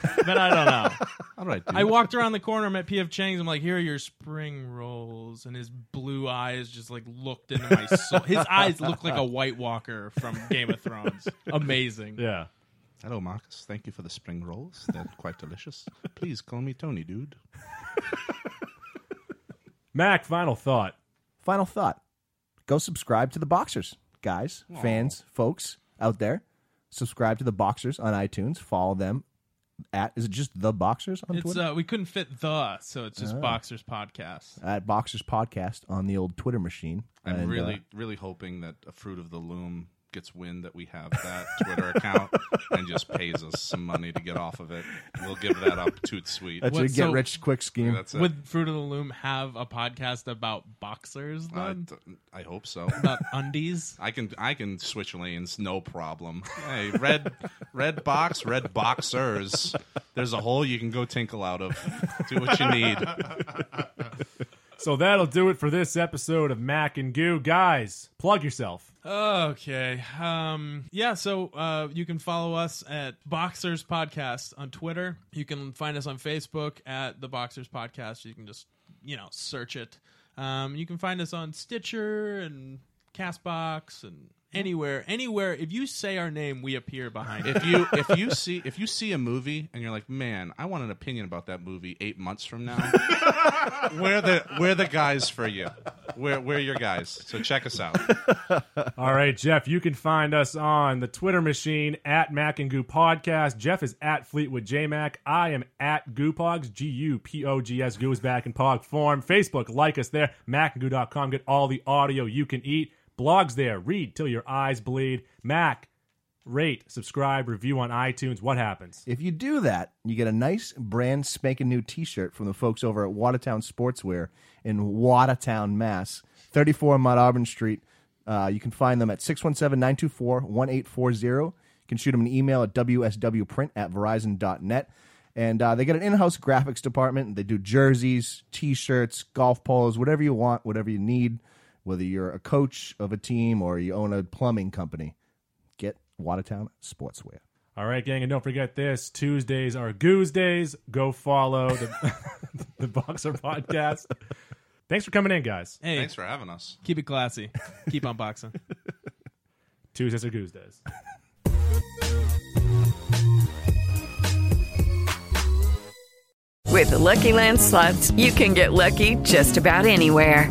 S6: but I don't know.
S4: <laughs> All right,
S6: I walked around the corner, met PF Chang's. I'm like, here are your spring rolls, and his blue eyes just like looked into my
S3: <laughs>
S6: soul. His eyes looked like a White Walker from Game
S3: <laughs>
S6: of Thrones. Amazing.
S3: Yeah.
S4: Hello, Marcus. Thank you for the spring rolls. They're quite delicious. Please call me Tony, dude.
S3: Mac, final thought.
S5: Final thought. Go subscribe to the Boxers, guys, fans, folks out there. Subscribe to the Boxers on iTunes. Follow them at is it just the Boxers on
S6: It's
S5: Twitter?
S6: uh, we couldn't fit the, so it's just
S5: Ah.
S6: Boxers Podcast.
S5: at Boxers Podcast on the old Twitter machine.
S4: I'm
S5: And, uh,
S4: really, really hoping that a Fruit of the Loom gets wind that we have that Twitter
S5: <laughs>
S4: account and just pays us some money to get off of it. We'll give that up toot sweet.
S5: That's a get rich quick scheme.
S4: That's it.
S6: Would Fruit of the Loom have a podcast about boxers
S4: I,
S6: then?
S4: Uh, d- I hope so.
S6: <laughs> About undies?
S4: I can I can switch lanes, no problem. Hey, red red box, red boxers. There's a hole you can go tinkle out of. Do what you need.
S3: So that'll do it for this episode of Mac and Goo. Guys, plug yourself.
S6: Okay. Um, yeah, so uh, you can follow us at Boxers Podcast on Twitter. You can find us on Facebook at The Boxers Podcast. You can just, you know, search it. Um, you can find us on Stitcher and Castbox and anywhere, anywhere. If you say our name, we appear behind.
S4: if you if you see if you see a movie and you're like, man, I want an opinion about that movie eight months from now, we're the we're the guys for you. We're we're your guys. So check us out.
S3: All right, Jeff, you can find us on the Twitter machine at Mac and Goo Podcast. Jeff is at Fleetwood J Mac. I am at Goopogs, G U P O G S. Goo is back in pog form. Facebook, like us there, macandgoo.com. Get all the audio you can eat. Blogs there, read till your eyes bleed. Mac, rate, subscribe, review on iTunes. What happens?
S5: If you do that, you get a nice brand spanking new T-shirt from the folks over at Watertown Sportswear in Watertown, Mass, 34 Mont Auburn Street. Uh, you can find them at 617-924-1840. You can shoot them an email at wswprint at verizon.net. And uh, they got an in-house graphics department. They do jerseys, T-shirts, golf polos, whatever you want, whatever you need, whether you're a coach of a team or you own a plumbing company. Get Watertown Sportswear.
S3: All right, gang, and don't forget this: Tuesdays are Goose Days. Go follow the, <laughs> the Boxer Podcast. Thanks for coming in, guys.
S6: <laughs> Hey,
S4: Thanks for having us.
S6: Keep it classy. Keep on boxing.
S3: Tuesdays are Goose Days.
S11: With the Lucky Land slots, you can get lucky just about anywhere.